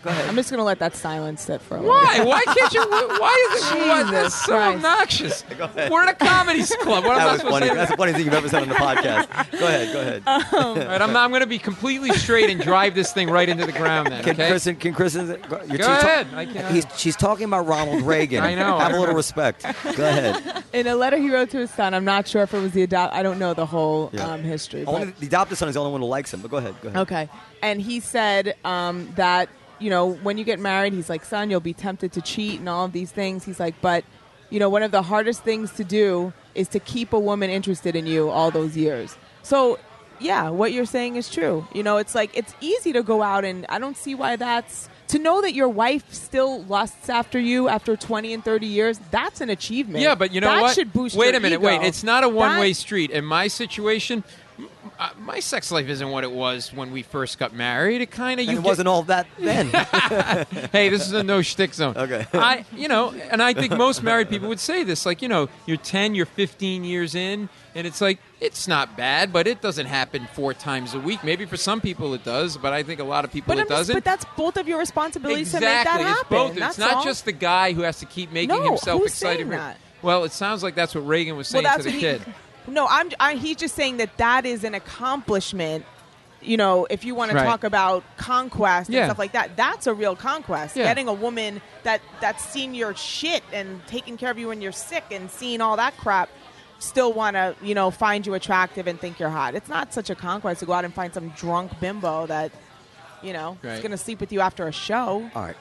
B: Go ahead.
C: I'm just going to let that silence sit for a while.
F: Why? Why can't you? Why is it? Why,
C: Jesus
F: that's so
C: Christ.
F: obnoxious. We're in a comedy club. What am
B: that
F: I
B: was
F: supposed
B: funny.
F: to say?
B: That's the funniest thing you've ever said on the podcast. Go ahead. Go ahead.
C: Uh,
F: All right, I'm, not- I'm going to be completely straight and drive this thing right into the ground. Then,
B: Can
F: okay?
B: Kristen? Can Kristen? Your Go
F: ahead. I can't-
B: He's, she's talking about Ronald Reagan.
F: I know.
B: Have a little respect. Go ahead.
C: In a letter he wrote to his son, I'm not sure if it was the adopt. I don't know the whole
B: Yeah.
C: um, history. but-
B: Only, the adopted son is the only one who likes him. But go ahead. Go ahead.
C: Okay. And he said um, that, you know, when you get married, he's like, son, you'll be tempted to cheat and all of these things. He's like, but, you know, one of the hardest things to do is to keep a woman interested in you all those years. So, yeah, what you're saying is true. You know, it's like, it's easy to go out and I don't see why that's. To know that your wife still lusts after you after 20 and 30 years, that's an achievement.
F: Yeah, but you know
C: that
F: what?
C: should boost
F: wait
C: your
F: a minute.
C: ego.
F: Wait, it's not a one-way
C: That-
F: street. In my situation, m- uh, my sex life isn't what it was when we first got married. It kind of
B: And
F: you
B: it
F: get-
B: wasn't all that then.
F: hey, this is a no shtick zone.
B: Okay.
F: I, you know, and I think most married people would say this. Like, you know, you're 10, you're 15 years in, and it's like, it's not bad, but it doesn't happen four times a week. Maybe for some people it does, but I think a lot of people
C: But,
F: it
C: I'm just-
F: doesn't.
C: but that's both of your responsibilities
F: exactly.
C: to make that
F: it's
C: happen.
F: both.
C: That's
F: It's not
C: all.
F: just the guy who has to keep making
C: No,
F: himself
C: who's
F: excited.
C: saying
F: for-
C: that?
F: Well, it sounds like that's what Reagan was saying to the
C: what
F: kid.
C: He, no, I'm. I, he's just saying that that is an accomplishment. You know, if you want
F: Right.
C: to talk about conquest
F: Yeah.
C: and stuff like that, that's a real conquest.
F: Yeah.
C: Getting a woman that that's seen your shit and taking care of you when you're sick and seeing all that crap, still want to you know find you attractive and think you're hot. It's not such a conquest to go out and find some drunk bimbo that. You know,
F: Right.
C: is going to sleep with you after a show.
B: All right.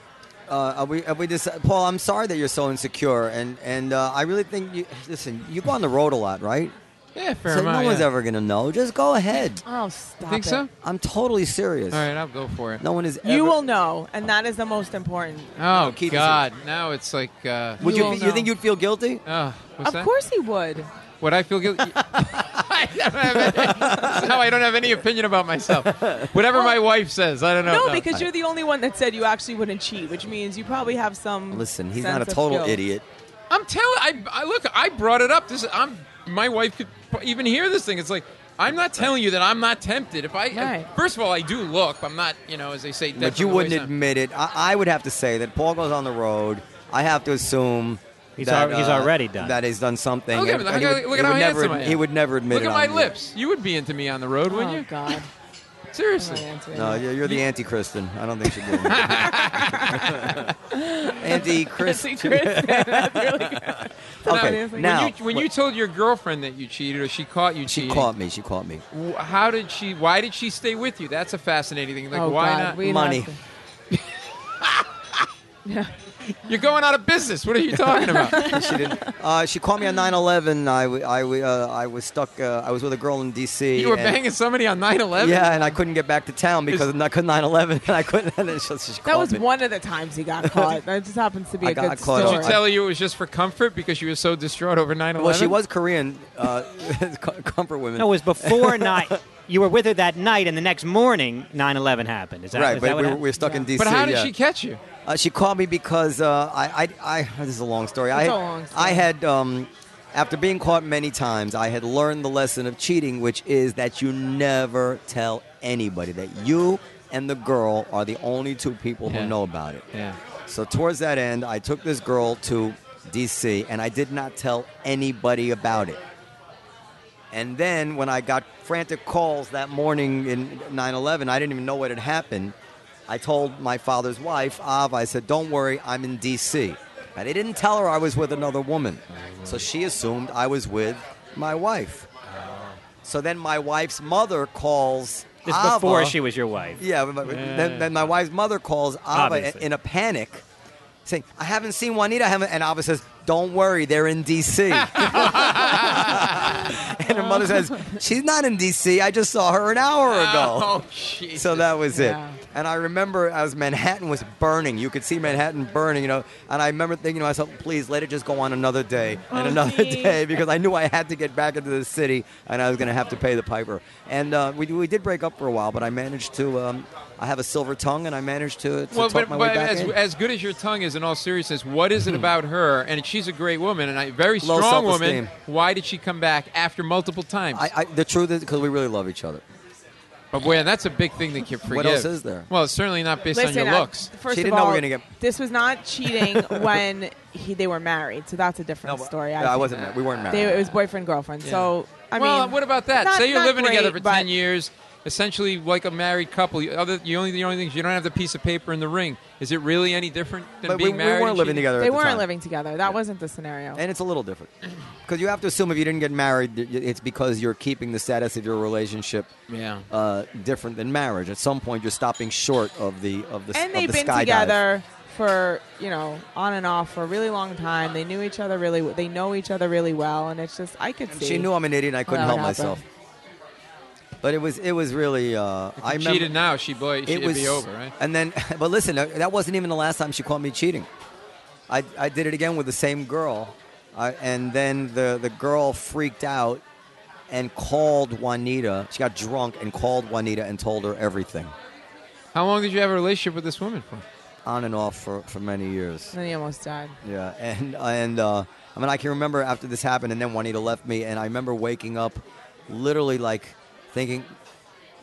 B: Uh, are we, are we just, Paul, I'm sorry that you're so insecure, and and uh, I really think you listen. You go on the road a lot, right?
F: Yeah, fair
B: so
F: amount.
B: no one's
F: yeah.
B: ever gonna know. Just go ahead.
C: Oh, stop
F: Think
C: it.
F: so?
B: I'm totally serious.
F: All right, I'll go for it.
B: No one is.
C: You
B: ever-
C: will know, and that is the most important.
F: Oh,
B: Keith is-
F: God. Now it's like. Uh,
B: Would you?
C: will
B: You,
C: know.
B: think you'd feel guilty?
F: oh, what's
C: of
F: that?
C: course he would.
F: Would I feel guilty? I don't have any, no, I don't have any opinion about myself. Whatever my wife says, I don't know.
C: No, because you're the only one that said you actually wouldn't cheat, which means you probably have some.
B: Listen, he's
C: sense
B: not a
C: of
B: total
C: guilt.
B: idiot.
F: I'm telling. I, I look. I brought it up. This. I'm. My wife could p- even hear this thing. It's like. I'm not telling you that I'm not tempted. If I
C: Right.
F: first of all, I do look. I'm not, you know, as they say.
B: But you wouldn't admit it. I, I would have to say that Paul goes on the road. I have to assume
E: He's
B: that, uh,
E: al- he's already done.
B: that he's done something.
F: Okay,
B: and-
F: but
B: and he
F: look-
B: would-
F: look
B: he
F: at how
B: would never,
F: handsome I
B: admit-
F: am.
B: He would never admit
F: Look
B: it.
F: at
B: on
F: my
B: the-
F: lips. You would be into me on the road, wouldn't
C: Oh
F: you?
C: God.
F: Seriously.
B: No, you're, you're the anti-Christian. I don't think she would. Anti-Christian. Okay,
C: When
B: now
F: when you, when you told your girlfriend that you cheated or she caught you
B: she
F: cheating,
B: caught me. She caught me.
F: wh- how did she? Why did she stay with you? That's a fascinating thing. Like,
C: Oh
F: why
C: God.
F: not?
C: We
B: Money.
C: lost it.
F: You're going out of business. What are you talking about?
B: she didn't. Uh, she called me on 9/11. I, w- I, w- uh, I was stuck. Uh, I was with a girl in D.C.
F: You were
B: and-
F: banging somebody on 9/11.
B: Yeah, and I couldn't get back to town because I couldn't 9/11, and I couldn't. And then she, she
C: That
B: called
C: was
B: me.
C: one of the times he got caught. That just happens to be
B: Oh, I
C: a
B: got
C: good
B: caught.
C: story.
F: Did
B: Or-
F: you tell her you it was just for comfort because she was so distraught over 9/11?
B: Well, she was Korean, uh, com- comfort women.
E: No, it was before night. You were with her that night, and the next morning, 9/11 happened. Is that
B: right,
E: is
B: but
E: that what
B: we were,
E: happened?
B: we were stuck in D.C.
F: But how did
B: yeah.
F: she catch you?
B: Uh, she called me because uh, I, I, I, this is a long story. I,
C: It's
B: had-
C: a long story.
B: I had, um, after being caught many times, I had learned the lesson of cheating, which is that you never tell anybody that you and the girl are the only two people
F: Yeah.
B: who know about it.
F: Yeah.
B: So towards that end, I took this girl to D.C. and I did not tell anybody about it. And then when I got frantic calls that morning in 9 11, I didn't even know what had happened. I told my father's wife, Av, I said, Don't worry, I'm in D.C. But I didn't tell her I was with another woman. So she assumed I was with my wife. So then my wife's mother calls.
E: This is before
B: Ava.
E: she was your wife.
B: Yeah, but, but Then, then my wife's mother calls Ava
E: Obviously.
B: in a panic, saying, "I haven't seen Juanita." I haven't, and Ava says, "Don't worry, they're in D.C." and her mother says, "She's not in D.C. I just saw her an hour ago."
F: Oh, jeez.
B: So that was it.
C: Yeah.
B: And I remember as Manhattan was burning, you could see Manhattan burning, you know. And I remember thinking to myself, please let it just go on another day and
D: Oh,
B: another
D: gee.
B: day because I knew I had to get back into the city and I was going to have to pay the piper. And uh, we, we did break up for a while, but I managed to, um, I have a silver tongue and I managed to, to
F: well,
B: talk
F: but,
B: my
F: but
B: way back
F: as,
B: in. Hmm.
F: as good as your tongue is, in all seriousness, what is it about her? And she's a great woman and a very
B: Low
F: strong woman.
B: self-esteem.
F: Why did she come back after multiple times?
B: I, I, the truth is because we really love each other.
F: but boy, that's a big thing that you forgive.
B: What else is there?
F: Well, it's certainly not based
C: Listen,
F: on your
C: I-
F: looks.
C: first
B: She
C: of
B: didn't know we were
C: all,
B: gonna get-
C: this was not cheating when he, they were married, so that's a different
B: but-
C: story.
B: no, I
C: think.
B: wasn't. ma- We weren't married.
C: They, it was boyfriend girlfriend. So I
F: well,
C: mean,
F: what about that?
C: not-
F: Say you're
C: not
F: living
C: great,
F: together for
C: but
F: ten years, essentially like a married couple. You- Other, you only the only thing is you don't have the piece of paper in the ring. Is it really any different than
B: but we,
F: being
B: we
F: married?
B: weren't
F: and
B: living
F: cheating?
B: together. at
C: They
B: the
C: weren't
B: time.
C: living together. That wasn't the scenario.
B: And it's a little different because you have to assume if you didn't get married, y- y- it's because you're keeping the status of your relationship
F: Yeah.
B: uh, different than marriage. At some point, you're stopping short of the of the
C: and
B: of
C: they've
B: the
C: been
B: skydive.
C: together for you know on and off for a really long time. They knew each other really. w- They know each other really well, and it's just I could
B: And
C: see.
B: She knew I'm an idiot, and I couldn't
C: Well,
B: help
C: it happened.
B: myself. But it was it was really. Uh, I
F: If
B: remember
F: you cheated now, she boy,
B: it
F: she'd
B: was
F: be over, right?
B: And then, but listen, uh, that wasn't even the last time she caught me cheating. I I did it again with the same girl, I, and then the the girl freaked out and called Juanita. She got drunk and called Juanita and told her everything,
F: How long did you have a relationship with this woman for?
B: on and off for for many years.
C: And then he almost died.
B: Yeah, and and uh, I mean, I can remember after this happened, and then Juanita left me, and I remember waking up, literally like thinking,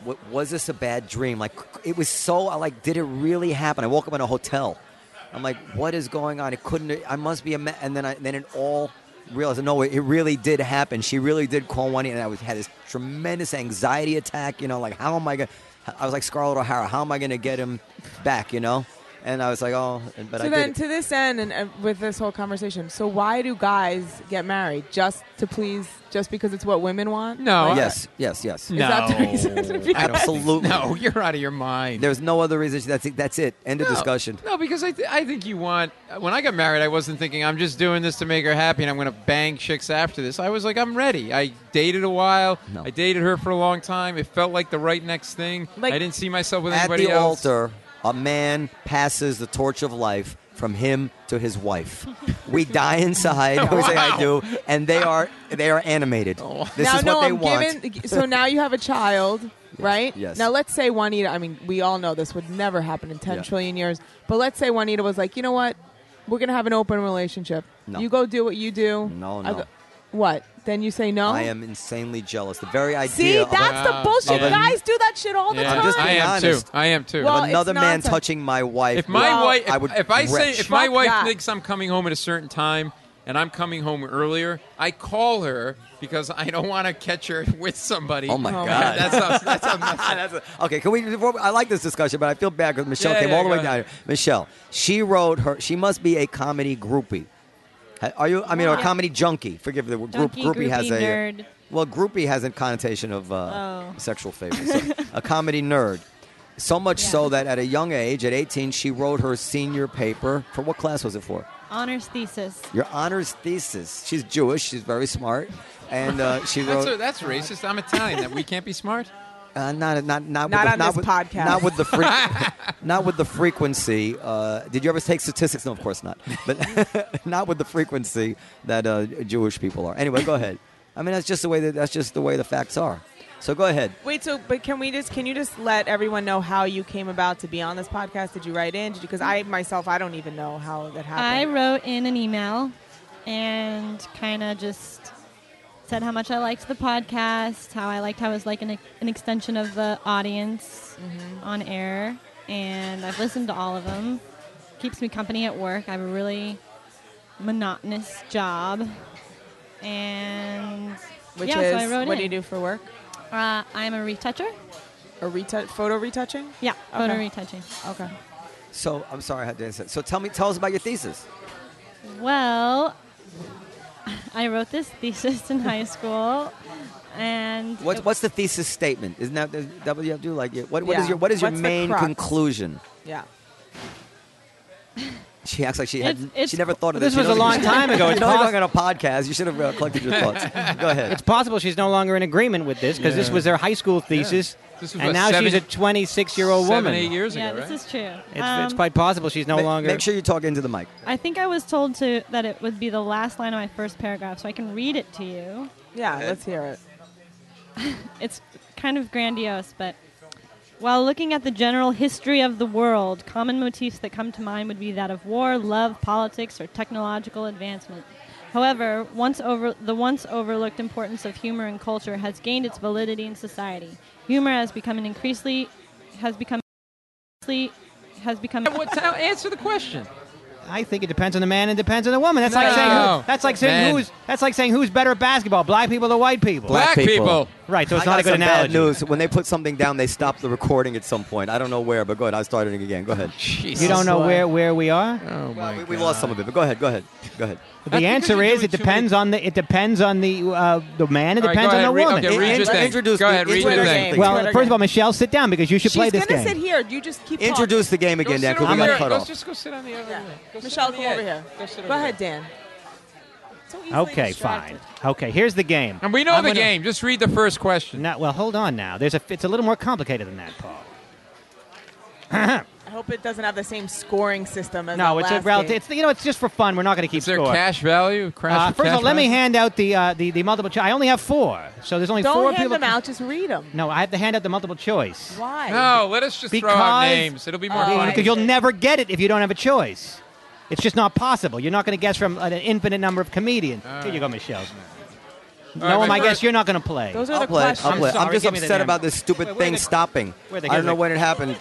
B: "Wa- was this a bad dream? Like it was so. I like, did it really happen? I woke up in a hotel. I'm like, what is going on? It couldn't. I must be a. Ma-. And then I then it all realized. No, it really did happen. She really did call Juanita, and I was had this tremendous anxiety attack. You know, like how am I gonna? I was like Scarlett O'Hara. How am I gonna get him back? You know. And I was like, oh, but I
C: so
B: did
C: then,
B: it.
C: to this end, and uh, with this whole conversation, so why do guys get married just to please, just because it's what women want?
F: No,
C: Like,
B: Yes, yes, yes.
C: Is that
F: Oh.
C: the
E: No.
C: reason to be
B: Absolutely.
F: No, you're out of your mind.
B: There's no other reason. That's it. That's it. End of
F: No.
B: discussion.
F: No, because I, th- I think you want. When I got married, I wasn't thinking I'm just doing this to make her happy and I'm going to bang chicks after this. I was like, I'm ready. I dated a while.
B: No.
F: I dated her for a long time. It felt like the right next thing.
C: Like-
F: I didn't see myself with
B: At
F: anybody
B: the
F: else.
B: altar, a man passes the torch of life from him to his wife. we die inside. We say I do, and they are they are animated. This
C: Oh. now,
B: is
C: no,
B: what they
C: I'm
B: want.
C: Given, so now you have a child, right?
B: yes.
C: Now let's say Juanita. I mean, we all know this would never happen in ten
B: Yeah.
C: trillion years. But let's say Juanita was like, you know what? We're gonna have an open relationship.
B: No.
C: You go do what you do.
B: No,
C: I
B: no.
C: go- what? Then you say no.
B: I am insanely jealous. The very idea.
C: See,
B: of,
C: that's the
F: Wow.
C: bullshit.
F: Yeah.
C: Guys do that shit all the
F: Yeah.
C: time.
B: I'm just
F: I
B: being
F: am
B: honest.
F: too. I am too.
B: of
C: Well, it's
B: another man
C: nonsense.
B: touching my wife.
F: If my
C: Well,
F: wife,
B: I would
F: if, if I say,
B: retch.
F: if my
C: Fuck
F: wife
C: that.
F: thinks I'm coming home at a certain time and I'm coming home earlier, I call her because I don't want to catch her with somebody.
B: Oh my
C: Oh my
B: God!
F: That's how, that's how messed up.
B: That's a- okay, can we? Before, we- I like this discussion, but I feel bad because Michelle
F: Yeah,
B: came
F: yeah,
B: all the
F: go
B: way down
F: ahead.
B: here. Michelle, she wrote her. She must be a comedy groupie. Ha- Are you? I mean, or a
D: Yeah.
B: comedy junkie. Forgive the word.
D: Junkie,
B: groupie has
D: groupie,
B: a
D: nerd.
B: well, groupie has a connotation of uh,
D: Oh.
B: sexual favor. So, a comedy nerd. So much
D: Yeah.
B: so that at a young age, at 18, she wrote her senior paper. For what class was it for?
D: Honors thesis.
B: Your honors thesis. She's Jewish. She's very smart, and uh, she
F: That's,
B: wrote
F: that's racist. I'm Italian. That we can't be smart.
B: uh, not not not
C: Not
B: with the,
C: on
B: not
C: this
B: with,
C: podcast.
B: Not with the fre- not with the frequency. Uh, did you ever take statistics? No, of course not. But not with the frequency that uh, Jewish people are. Anyway, go ahead. I mean, that's just the way that that's just the way the facts are. So go ahead.
C: Wait, so but can we just can you just let everyone know how you came about to be on this podcast? Did you write in? Did you? Because I myself I don't even know how that
D: I
C: happened.
D: wrote in an email and kind of just said how much I liked the podcast, how I liked how it was like an, an extension of the audience
C: Mm-hmm.
D: on air, and I've listened to all of them. Keeps me company at work. I have a really monotonous job, and
C: which
D: yeah,
C: is
D: so I wrote
C: what
D: in.
C: do you do for work?
D: Uh, I'm a retoucher.
C: A retouch, photo retouching.
D: Yeah, photo
C: Okay.
D: retouching.
C: Okay.
B: So I'm sorry, I had to answer. So tell me, tell us about your thesis.
D: Well, I wrote this thesis in high school, and
B: What's
D: it-
B: what's the thesis statement? Isn't that that what you have to do? Like, what, what is
C: Yeah.
B: your what is your
C: What's the
B: main
C: crux?
B: conclusion?
C: Yeah.
B: She acts like she had,
D: It's- it's-
B: she never thought of
E: This
B: this. She
E: was a
B: knows-
E: long time ago.
B: You
E: It's
B: know you're
E: possible.
B: talking on a podcast. You should have uh, collected your thoughts. Go ahead.
E: It's possible she's no longer in agreement with this because this
F: Yeah.
E: was her high school thesis,
F: This was,
E: and
F: what,
E: now she's
F: seven-
E: a 26 year old
F: Seven,
E: woman.
F: eight years
D: yeah,
F: ago,
D: this
F: right?
D: is true.
E: It's, it's
D: Um,
E: quite possible she's no
B: Ma-
E: longer.
B: Make sure you talk into the mic.
D: I think I was told to that it would be the last line of my first paragraph, so I can read it to you.
C: Yeah. Let's hear it.
D: It's kind of grandiose, but while looking at the general history of the world, common motifs that come to mind would be that of war, love, politics, or technological advancement. However, once over, the once overlooked importance of humor in culture has gained its validity in society. Humor has become an increasingly has become has become
F: What, t- answer the question.
E: I think it depends on the man and depends on the woman. That's like saying
F: No.
E: who, that's like saying
F: Man.
E: who's that's like saying who's better at basketball, black people or white people.
B: Black
F: Black,
B: people.
F: people.
E: Right, so it's
B: I
E: not
B: got
E: a good
B: some
E: analogy.
B: bad news. When they put something down, they stop the recording at some point. I don't know where, but go ahead. I started it again. Go ahead.
F: Jesus.
E: You don't know where where we are.
F: Oh my
B: We, we lost some of it, but go ahead. Go ahead. Go ahead.
E: The answer
F: you're
E: is it
F: doing too
E: depends on the it depends on the uh, the man. It
F: All right,
E: depends
F: go ahead,
E: on the
F: re-
E: woman.
F: okay, read
B: In-
F: your thing.
B: introduce
F: Go ahead,
B: the,
F: read your
B: introduce
C: thing.
B: everything.
E: well,
C: Twitter
E: first of
C: game.
E: all, Michelle, sit down because you should
C: She's
E: play this
C: gonna
E: game.
C: sit here. You just keep.
B: introduce the game
F: Go
B: again, Dan,
F: sit
B: because we
F: over
B: got
F: there.
B: cut
F: Go-
B: off.
F: Just go sit on the other.
C: talking.
F: end.
C: Yeah.
F: Go sit
C: Michelle,
F: on the
C: come over
F: edge.
C: here.
F: Go sit
C: Go
F: over
C: ahead,
F: there.
C: Dan. So easily
E: Okay,
C: distracted.
E: fine. Okay, here's the game.
F: And we know
E: I'm
F: the
E: gonna-
F: game. Just read the first question.
E: Now, well, hold on. Now, there's a. It's a little more complicated than that, Paul.
C: I hope it doesn't have the same scoring system as
E: No,
C: that
E: it's a
C: last
E: relative.
C: game.
E: It's you know, it's just for fun. We're not going to keep
F: Is there
E: score.
F: cash value? Crash,
E: Uh, first of all,
F: cash
E: let me
F: value?
E: hand out the uh, the, the multiple choice. I only have four, so there's only
C: Don't
E: four
C: hand
E: people.
C: them out. Just read them.
E: No, I have to hand out the multiple choice.
C: Why?
F: No, let us just throw out
E: Because-
F: names. It'll be more
C: Oh,
F: fun.
C: I
E: Because you'll never get it if you don't have a choice. It's just not possible. You're not going to guess from an infinite number of comedians. Here you go, Michelle.
F: All right,
E: Noam,
F: but
E: I guess
F: first-
E: you're not going to play.
C: Those are
B: I'll
C: the
B: play. it.
C: questions.
B: I'll
E: I'm
B: play. it. I'm
E: sorry,
B: just
E: give me the
B: upset
E: damn-
B: about this stupid
E: Wait, where
B: thing
E: the-
B: stopping.
E: where the-
B: I don't know
E: here's the-
B: when it happened.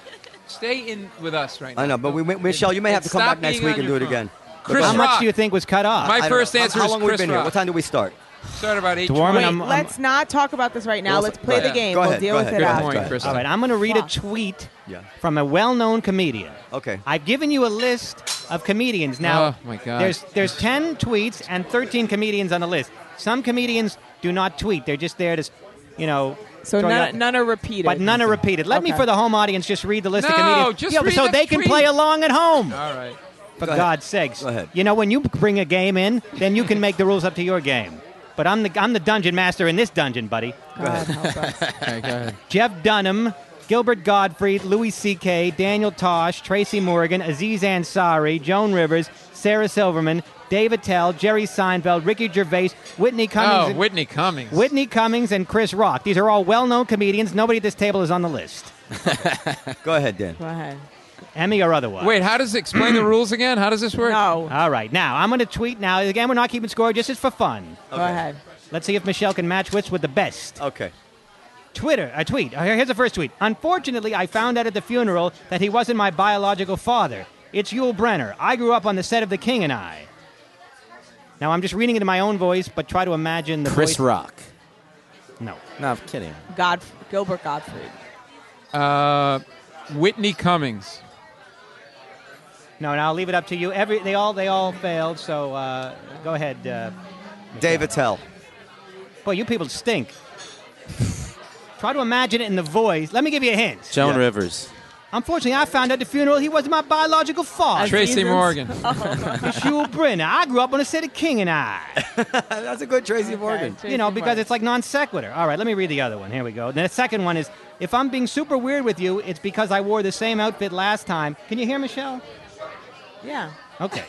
F: Stay in with us right now.
B: I know, but we, Michelle, you may have to come
F: Stop
B: back next
F: being
B: week
F: on
B: and do
F: your
B: it
F: phone.
B: again. But
F: Chris
B: go
E: How
B: ahead.
F: Rock.
E: much do you think was cut off?
F: My
B: I don't
F: first
B: know. How-
F: answer
B: How
F: is
B: long
F: Chris
B: we been here?
F: Rock.
B: What time do we start?
F: Started about eight.
E: Dwarman,
F: twenty.
C: Wait,
E: I'm- I'm-
C: let's not talk about this right now.
B: Well,
C: Let's
B: go
C: play the
B: ahead.
C: game.
B: Go
C: we'll
B: ahead.
C: deal
B: Go
C: with
B: ahead.
C: it
B: Good
C: after.
F: point, Chris.
E: All right, I'm going to read a
C: Fuck.
E: tweet
B: Yeah.
E: from a well-known comedian.
B: Okay.
E: I've given you a list of comedians. Now,
F: Oh, my God.
E: there's there's 10 tweets and 13 comedians on the list. Some comedians do not tweet. They're just there to, s- you know,
C: So
E: throw you
C: none,
E: out-
C: none are repeated.
E: but none are repeated. Let me
C: Okay.
E: for the home audience just read the list of
F: No,
E: comedians.
F: just
E: Yeah,
F: read
E: so
F: the
E: they can
F: tweet. Uh,
E: play along at home.
F: All right.
E: For
B: Go ahead.
E: God's sakes.
B: Go ahead.
E: You know, when you bring a game in, then you can make the rules up to your game. But I'm the I'm the dungeon master in this dungeon, buddy.
C: God help us.
F: Okay, go ahead.
E: Jeff Dunham, Gilbert Gottfried, Louis C.K., Daniel Tosh, Tracy Morgan, Aziz Ansari, Joan Rivers, Sarah Silverman, Dave Attell, Jerry Seinfeld, Ricky Gervais, Whitney Cummings,
F: Oh, Whitney Cummings.
E: Whitney Cummings, and Chris Rock. These are all well-known comedians. Nobody at this table is on the list,
B: Go ahead, Dan.
C: Go ahead.
E: Emmy or otherwise.
F: Wait, how does explain the rules again? How does this work?
C: No.
E: All right, now I'm going to tweet. Now again, we're not keeping score. Just as for fun.
C: Go ahead.
E: Let's see if Michelle can match wits with the best.
B: Okay.
E: Twitter, a tweet. Uh, Here's the first tweet. Unfortunately, I found out at the funeral that he wasn't my biological father. It's Yul Brenner. I grew up on the set of The King and I. Now I'm just reading it in my own voice, but try to imagine the
G: Chris
E: voice-
G: Rock.
E: No,
G: No, I'm kidding.
C: God, Gilbert Gottfried.
F: Uh, Whitney Cummings.
E: no. And I'll leave it up to you. Every they all they all failed. So uh, go ahead. Uh,
B: Dave Attell.
E: boy, you people stink. try to imagine it in the voice. Let me give you a hint.
G: Joan
B: Yeah.
G: Rivers.
E: Unfortunately, I found at the funeral he was my biological father,
C: Tra-
F: Tracy
C: Seasons.
F: Morgan.
E: Hugh Brenner. I grew up on the city King and I.
B: That's a good Tracy Morgan.
C: Okay.
E: you know,
C: Tracy
E: because
C: Morgan.
E: it's like non sequitur. All right, let me read the other one. Here we go. The second one is if I'm being super weird with you, it's because I wore the same outfit last time. Can you hear Michelle?
C: Yeah.
E: Okay.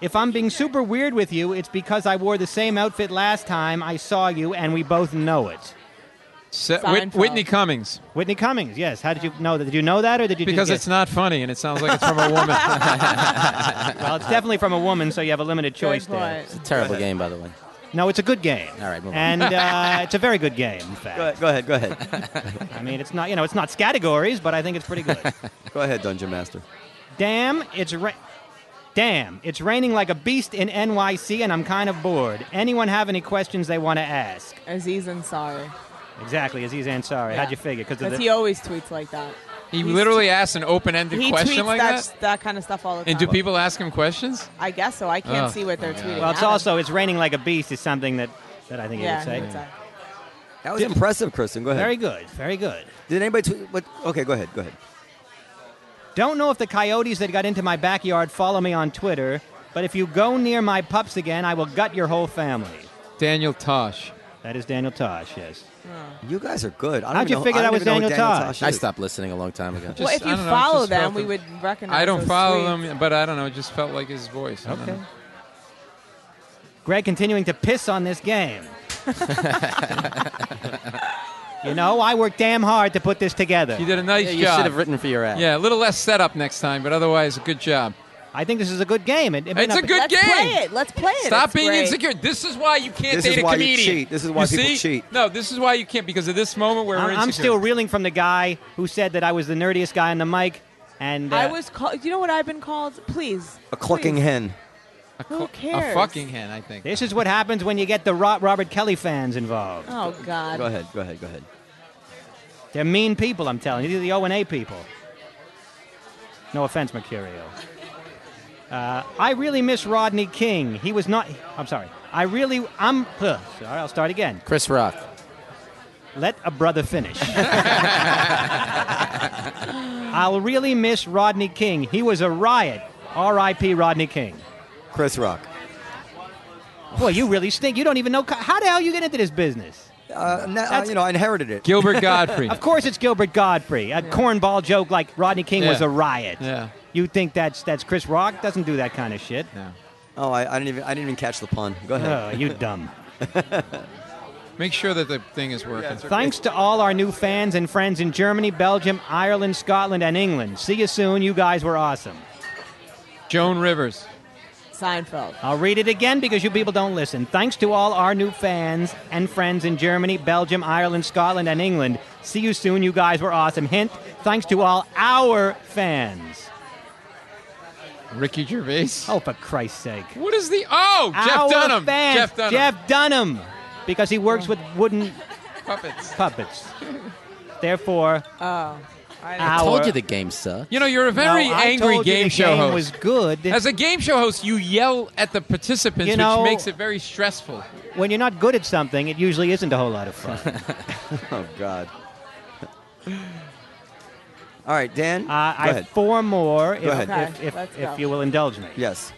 E: if I'm being super weird with you, it's because I wore the same outfit last time I saw you, and we both know it.
F: Se- Whit-
C: Seinfeld.
F: Whitney Cummings.
E: Whitney Cummings, yes. How did you know that? Did you know that, or did you?
F: Because
E: just
F: it's not funny and it sounds like it's from a woman.
E: well, it's definitely from a woman, so you have a limited choice
C: Good
E: there.
C: point.
G: It's a terrible game, by the way.
E: No, it's a good game.
G: All right, move on.
E: and uh, it's a very good game. In fact,
B: Go ahead, go ahead, go ahead.
E: I mean, it's not you know, it's not categories, but I think it's pretty good.
B: go ahead, Dungeon Master.
E: Damn, it's ra- Damn, it's raining like a beast in NYC and I'm kind of bored. Anyone have any questions they want to ask?
C: Aziz Ansari.
E: Exactly, Aziz Ansari. How'd you figure? Because
C: Because he always tweets like that.
F: he
C: He's-
F: literally asks an open ended
C: He tweets
F: question like
C: that,
F: that.
C: that kind of stuff all the time.
F: And do people ask him questions?
C: I guess so. I can't
F: Oh.
C: see what they're tweeting.
E: well, it's
C: at.
E: also it's raining like a beast is something that, that I think he
C: yeah.
E: would say.
C: he would say.
B: That was impressive, Kristen. Go ahead.
E: Very good, very good.
B: Did anybody tweet? What? Okay, go ahead, go ahead.
E: Don't know if the coyotes that got into my backyard follow me on Twitter, but if you go near my pups again, I will gut your whole family.
F: Daniel Tosh.
E: That is Daniel Tosh. Yes.
B: You guys are good. I don't
E: How'd
B: even
E: you
B: know-
E: figure
B: I don't
E: that was
B: even know who
E: Daniel Tosh?
B: Tosh
G: I
B: is.
G: stopped listening a long time ago.
F: Just-
C: well, if
F: I
C: you
F: don't know,
C: follow
F: just
C: them,
F: felt
C: we
F: the-
C: would recognize.
F: I don't
C: those
F: follow
C: tweets.
F: him, but I don't know. It just felt like his voice. I don't
E: Okay.
F: know.
E: Greg continuing to piss on this game. you know, I worked damn hard to put this together.
F: He did a nice
G: Yeah, you should
F: job.
G: have written for your ad.
F: yeah, a little less setup next time, but otherwise, a good job.
E: I think this is a good game. It, it may
F: It's
E: not
F: a
E: be-
F: good
C: Let's
F: game.
C: play it. Let's play it.
F: Stop
C: It's
F: being
C: great.
F: insecure. This is why you can't
B: This
F: date
B: is
F: a
B: why you
F: comedian.
B: cheat. This is why
F: You
B: people
F: see?
B: cheat.
F: No, this is why you can't because of this moment where
E: I-
F: we're
E: I'm,
F: insecure.
E: still reeling from the guy who said that I was the nerdiest guy on the mic, and uh,
C: I was called. You know what I've been called? Please.
B: A clucking
C: Please.
B: hen.
F: a,
C: Who
F: a
C: cares?
F: fucking hen, I think.
E: This is what happens when you get the Ro- Robert Kelly fans involved.
C: Oh God.
B: Go ahead, go ahead, go ahead.
E: They're mean people. I'm telling you. These are the O and A people. No offense, Mercurio. Uh, I really miss Rodney King. He was not. I'm sorry. I really. I'm. Ugh, sorry. I'll start again.
G: Chris Rock.
E: Let a brother finish. I'll really miss Rodney King. He was a riot. R.I.P. Rodney King.
B: Chris Rock.
E: Boy, you really stink. You don't even know. co- How the hell you get into this business?
B: Uh, na- uh, you know, I inherited it.
F: Gilbert Godfrey.
E: Of course, it's Gilbert Godfrey. A cornball joke like Rodney King was
F: Yeah.
E: a riot.
F: Yeah.
E: You think that's that's Chris Rock? Doesn't do that kind of shit.
F: No.
B: Oh, I, I didn't even I didn't even catch the pun. Go ahead.
E: Oh, you dumb.
F: Make sure that the thing is working.
E: Thanks to all our new fans and friends in Germany, Belgium, Ireland, Scotland, and England. See you soon. You guys were awesome.
F: Joan Rivers.
C: Seinfeld.
E: I'll read it again because you people don't listen. Thanks to all our new fans and friends in Germany, Belgium, Ireland, Scotland, and England. See you soon. You guys were awesome. Hint, thanks to all our fans.
F: Ricky Gervais.
E: Oh, for Christ's sake.
F: What is the oh
E: Our
F: Jeff Dunham?
E: fans,
F: Jeff Dunham.
E: Jeff Dunham. Because he works with wooden
F: Puppets.
E: puppets. Therefore,
C: Oh, I,
E: our.
G: Told you the game sucked.
F: You know, you're a very
E: No, I
F: angry
E: told you
F: game
E: the
F: show
E: game
F: host.
E: was good.
F: As a game show host, you yell at the participants,
E: You know-
F: which makes it very stressful.
E: when you're not good at something, it usually isn't a whole lot of fun. Uh,
B: Oh God. All right, Dan.
E: Uh, I
B: go
E: have
B: ahead.
E: four more, if,
B: ahead.
E: if,
C: Okay,
E: if,
C: let's
E: if
C: go.
E: you will indulge me.
B: yes.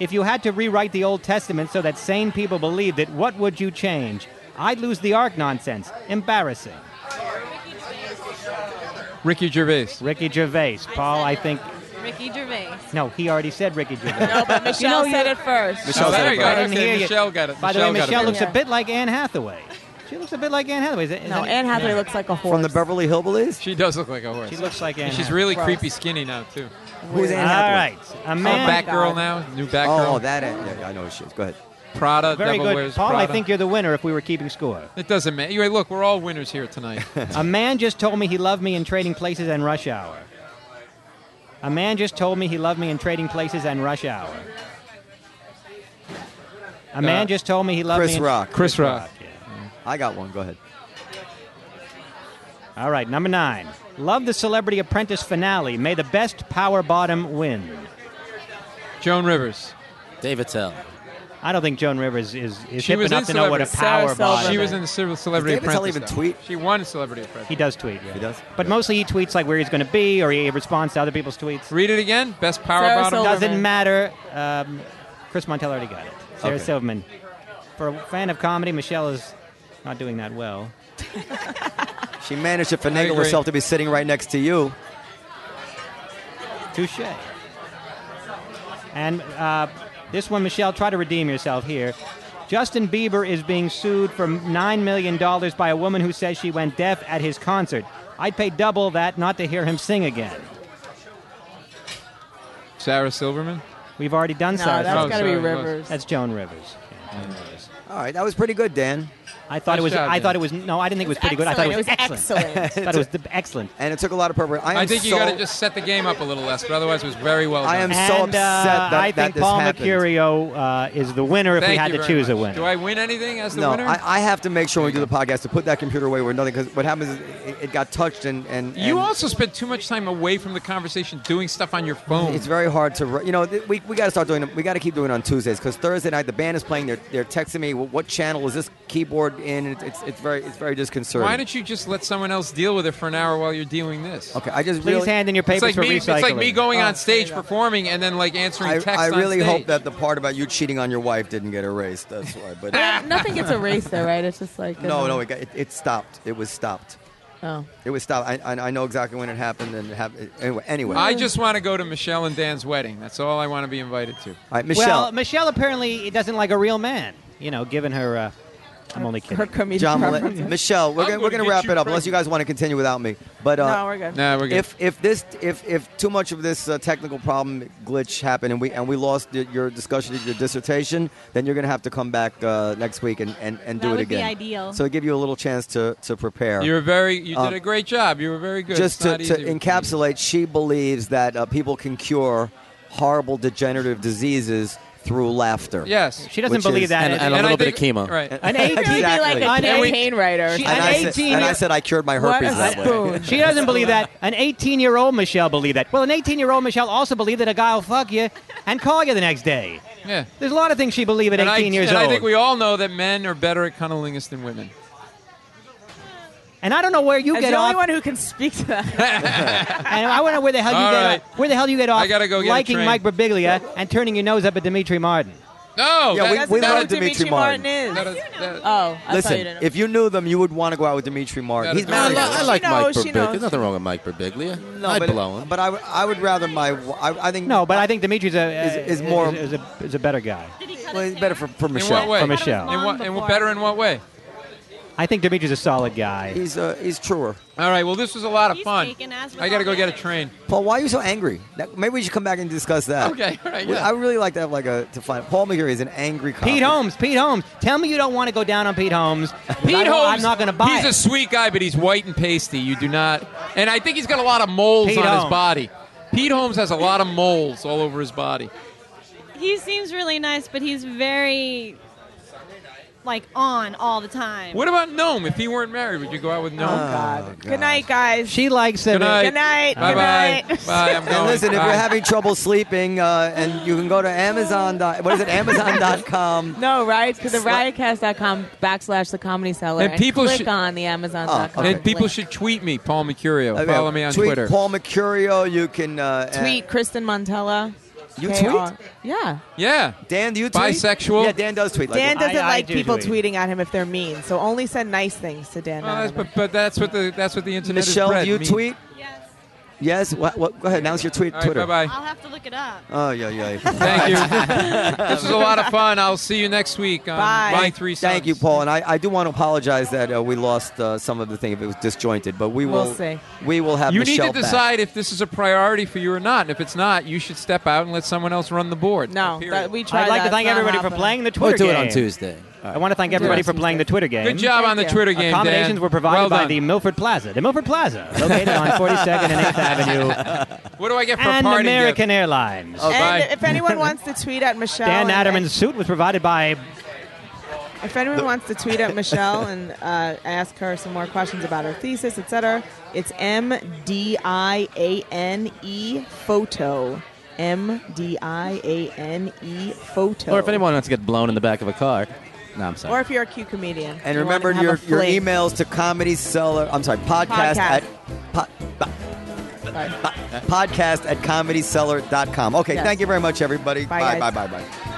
E: If you had to rewrite the Old Testament so that sane people believed it, what would you change? I'd lose the ark nonsense. Embarrassing.
F: Ricky Gervais.
E: Ricky Gervais. Paul, I think.
H: Ricky Gervais.
E: No, he already said Ricky Gervais.
C: Michelle
E: you-
C: said it first.
B: Michelle
F: Oh,
B: said
F: there
B: it
F: you go.
E: I
B: first.
E: didn't
F: Okay,
E: hear you.
F: Michelle got it.
E: By the way,
F: got it
E: Michelle
F: first.
E: looks a
C: Yeah.
E: bit like Anne Hathaway. She looks a bit like Anne Hathaway. Is it- is
C: No,
E: that-
C: Anne Hathaway looks like a horse.
B: From the Beverly Hillbillies.
F: She does look like a horse.
E: She looks like Anne.
F: She's
E: Hathaway.
F: really
C: Gross.
F: creepy skinny now too.
B: Who's Anne
E: All
B: Hathaway?
E: right, a
F: Oh,
E: man.
F: back girl
C: God.
F: now, new back girl.
B: Oh, that. Anne- Yeah, yeah, I know who she is. Go ahead.
F: Prada.
E: Very
F: Devil
E: good,
F: Wears
E: Paul. I
F: Prada.
E: think you're the winner. If we were keeping score.
F: it doesn't matter. Anyway, look, we're all winners here tonight.
E: A man just told me he loved me in Trading Places and Rush Hour. A man just told me he loved me in Trading Places and Rush Hour. A man
F: Uh,
E: just told me he loved me.
B: Chris
E: in-
B: Rock.
F: Chris Rock.
E: yeah.
B: I got one. Go ahead.
E: All right, number nine. Love the Celebrity Apprentice finale. May the best power bottom win.
F: Joan Rivers.
G: Dave Attell.
E: I don't think Joan Rivers is, is
F: She
E: hip
F: was
E: enough
F: in
E: to know what a
C: Celebrity.
E: power
C: Sarah
E: bot
C: Silverman.
F: She
E: is.
F: was in the Cel- Celebrity
B: David Tell
F: Apprentice.
B: even
F: though.
B: tweet?
F: She won Celebrity Apprentice.
E: He does tweet. Yeah.
B: He does?
E: But
B: Good.
E: mostly he tweets like where he's going to be, or he responds to other people's tweets.
F: Read it again. Best power
C: Sarah
F: bottom.
C: Silverman.
E: Doesn't matter. Um, Chris Montel already got it. Sarah
B: Okay.
E: Silverman. For a fan of comedy, Michelle is not doing that well.
B: She managed to
F: I
B: finagle
F: agree.
B: herself to be sitting right next to you.
E: Touche. And uh, this one, Michelle, try to redeem yourself here. Justin Bieber is being sued for $9 million by a woman who says she went deaf at his concert. I'd pay double that not to hear him sing again.
F: Sarah Silverman.
E: We've already done
C: No,
E: Sarah
C: that's
E: Silverman.
F: Oh,
C: got to be
F: sorry, it was.
C: Rivers.
E: That's Joan Rivers. Yeah, Joan Rivers.
B: All right, that was pretty good, Dan.
E: I thought it was.
F: Mm. Nice job,
E: I
F: Dan.
E: thought it was. No, I didn't think it was pretty good. I thought it was excellent.
C: excellent.
E: I thought it was the- excellent.
B: And it took a lot of purpose. I, am
F: I think you
B: so-
F: got to just set the game up a little less, but otherwise it was very well
B: I
F: done.
B: am- so
E: and
B: upset that-
E: uh, I
B: that
E: think
B: this
E: Paul
B: happened.
E: Mercurio uh, is the winner. If
F: Thank
E: we had
F: you
E: to
F: very
E: choose a
F: much.
E: winner,
F: Do I win anything as the
B: No,
F: winner?
B: I, I have to make sure when we do the podcast to put that computer away where nothing. Because what happens is it, it got touched and and
F: you
B: and
F: also spend too much time away from the conversation doing stuff on your phone.
B: It's very hard to, re- you know, th- we, we got to start doing them. We got to keep doing it on Tuesdays because Thursday night the band is playing. They're, they're texting me, "Wh- what channel is this keyboard in? It's, it's, it's very it's very disconcerting.
F: Why don't you just let someone else deal with it for an hour while you're doing this?
B: Okay, I just
E: please
B: really,
E: hand in your
F: It's
E: papers
F: like
E: for
F: me.
E: recycling.
F: It's like me going
E: Oh,
F: on stage performing and then like answering
B: I,
F: texts.
B: I
F: on
B: really hope
F: stage.
B: that the part about you cheating on your wife didn't get erased. That's why. But
C: Nothing gets erased, though, right? It's just like
B: no, no, it, got, it, it stopped. It was stopped.
C: Oh.
B: It was stopped. I, I, I know exactly when it happened and it happened. Anyway, anyway.
F: I just want to go to Michelle and Dan's wedding. That's all I want to be invited to.
B: All right, Michelle.
E: Well, Michelle apparently doesn't like a real man. You know, given her. Uh, I'm only kidding.
C: Her comedian.
B: John, Mille-
C: preference.
B: Michelle, we're
F: I'm
B: gonna, we're
F: gonna
B: gonna
F: get
B: wrap
F: you
B: it up unless you
F: pregnant.
B: guys want to continue without me. But uh,
C: No, we're good.
F: Nah, we're good.
B: if if this if if too much of this uh, technical problem glitch happened and we and we lost y- your discussion of your dissertation, then you're gonna have to come back uh, next week and, and, and do
D: That
B: it
D: would be
B: again.
D: ideal.
B: So give you a little chance to to prepare.
F: you were very. You
B: Um,
F: did a great job. You were very good.
B: Just
F: It's
B: to,
F: not
B: to
F: easy.
B: encapsulate, she believes that uh, people can cure horrible degenerative diseases through laughter.
F: Yes.
E: She doesn't
B: Which
E: believe
B: is-
E: that.
G: and-
E: is-
G: and a
F: I
G: little bit of
F: think-
G: chemo.
F: Right.
E: an 18
C: She'd be like a
B: Exactly.
C: campaign writer. or
E: She-
C: something.
B: And,
E: An
B: I said,
E: 18
B: and I
E: year-
B: said I cured my
C: What
B: herpes
C: a
B: that way.
C: spoon.
E: She doesn't believe that. An 18 year old Michelle believed that. Well, an 18 year old Michelle also believed that a guy will fuck you and call you the next day.
F: Yeah.
E: There's a lot of things she believed at
F: And
E: 18
F: I,
E: years
F: and
E: old.
F: I think we all know that men are better at cunnilingus than women.
E: and I don't know where you
C: As
E: get
C: the only
E: off.
C: one who can speak to that.
E: and I wonder where the hell you
F: All
E: get
F: right.
E: off. Where the hell you get off?
F: I gotta go get a
E: liking
F: train.
E: Mike Birbiglia and turning your nose up at Dimitri Martin.
B: Yeah, we-
F: No. that-
C: That's
B: we
C: not
B: love
C: who
B: Dimitri
C: Dimitri
B: Martin.
C: Martin. is.
F: that is- that-
C: oh, I thought you
B: Listen,
C: didn't.
B: if you knew them, you would want to go out with Dimitri Martin.
F: That
B: He's
F: is
G: I,
B: married.
G: li- I
C: She
G: like Mike
C: knows, she
G: Birbiglia.
C: knows.
G: There's nothing wrong with Mike Birbiglia.
B: No,
G: I'd
B: but,
G: blow him.
B: but I, w- I would rather my w- I, I think
E: No, but I think Dimitri's a uh,
B: Is- is more-
E: is, a, is a better guy.
D: Did he cut
B: well,
D: his
B: it's better
D: hair?
B: for, for
F: In
B: Michelle.
F: what way?
E: For Michelle.
F: In what, in what,
D: Long
F: better in
D: before.
F: what way?
E: I think Dimitri's a solid guy.
B: He's uh, he's truer.
F: All right. Well, this was a lot of
D: He's
F: fun.
D: taken as with
F: I got to
D: all
F: go get a
D: the others.
F: train.
B: Paul, why are you so angry? That, maybe we should come back and discuss that.
F: Okay. All right.
B: Well,
F: Yeah.
B: I would really like to have like a to find Paul McGarry is an angry cop.
E: Pete Holmes, Pete Holmes. Tell me you don't want to go down on Pete Holmes.
F: Pete
E: I'm,
F: Holmes,
E: I'm not going to buy
F: He's
E: it.
F: a sweet guy, but he's white and pasty. You do not. And I think he's got a lot of moles
E: Pete
F: on his
E: Holmes.
F: body. Pete Holmes has a lot of moles all over his body.
D: He seems really nice, but he's very like on all the time.
F: What about Gnome? If he weren't married, would you go out with Gnome?
B: God.
C: Oh, Good night, guys.
E: Oh, She likes him.
F: Good night.
C: Good night.
F: Bye
C: Good
F: bye.
C: night.
F: Bye. I'm going.
B: And listen, if you're
F: Bye.
B: having trouble sleeping, uh, and you can go to Amazon. dot- What is it? Amazon.com.
C: No, right? Because the riotcast.com backslash the comedy seller.
F: And people
C: click
F: should-
C: on the Amazon.com.
B: Oh, okay.
F: And people
C: link.
F: should tweet me, Paul Mercurio.
B: Okay,
F: Follow me on
B: tweet
F: Twitter.
B: Paul Mercurio. You can uh, uh,
C: tweet Kristen Montella.
B: You
C: K-R-
B: tweet?
C: Yeah.
F: Yeah.
B: Dan, do you tweet?
F: Bisexual?
B: Yeah, Dan does tweet. Like,
C: Dan doesn't
E: I- I
C: like
E: do
C: people
E: tweet.
C: tweeting at him if they're mean, so only send nice things to Dan.
F: Well, Oh, that's,
C: Natterman.
F: but, but that's what the that's what the internet
B: Michelle,
F: is bred.
B: do you
F: mean.
B: tweet?
D: Yes,
B: Yes. What, what, go ahead. Announce your tweet.
F: All right,
B: Twitter.
F: bye bye.
D: I'll have to look it up.
B: Oh yeah, yeah.
F: Thank you. this was a lot of fun. I'll see you next week. On
C: Bye.
F: My three sons.
B: Thank you, Paul. And I, I do want to apologize that uh, we lost uh, some of the thing if it was disjointed, but we
C: We'll
B: will
C: see.
B: we will have
F: You
B: Michelle
F: need to
B: back.
F: decide if this is a priority for you or not. And if it's not, you should step out and let someone else run the board.
C: no,
F: Period.
C: that, we tried.
E: I'd like
C: that.
E: to thank
C: It's not
E: everybody for
C: happening.
E: playing the Twitter
G: we'll do it on
E: game. Oh.
G: Tuesday. All
E: I
G: right.
E: want to thank
C: it
E: everybody
C: on
E: for playing the Twitter game.
F: Good job on the
C: you.
F: Twitter game, Dan.
E: Accommodations were provided
F: well
E: by
F: done.
E: the Milford Plaza. The Milford Plaza, located on 42nd and 8th Avenue,
F: What do I get for a
E: and
F: party?
E: American Airlines.
B: Oh,
C: And
F: Bye.
C: if anyone wants to tweet at Michelle, and-
E: Dan Natterman's suit was provided by.
C: If anyone wants to tweet at Michelle and uh, ask her some more questions about her thesis, etc., it's M D I A N E photo M D I A N E photo.
G: Or if anyone wants to get blown in the back of a car. No, I'm
I: Or
G: sorry.
I: if you're a cute comedian.
B: And
C: You
B: remember
C: wanna
B: your,
C: have a
B: your
C: fling.
B: emails to comedy seller. I'm sorry, podcast,
I: Podcast.
B: at po, bo- bo- podcast at comedyseller.com. Okay,
C: Yes.
B: thank you very much, everybody.
C: Bye,
B: bye,
C: guys.
B: bye, bye, bye.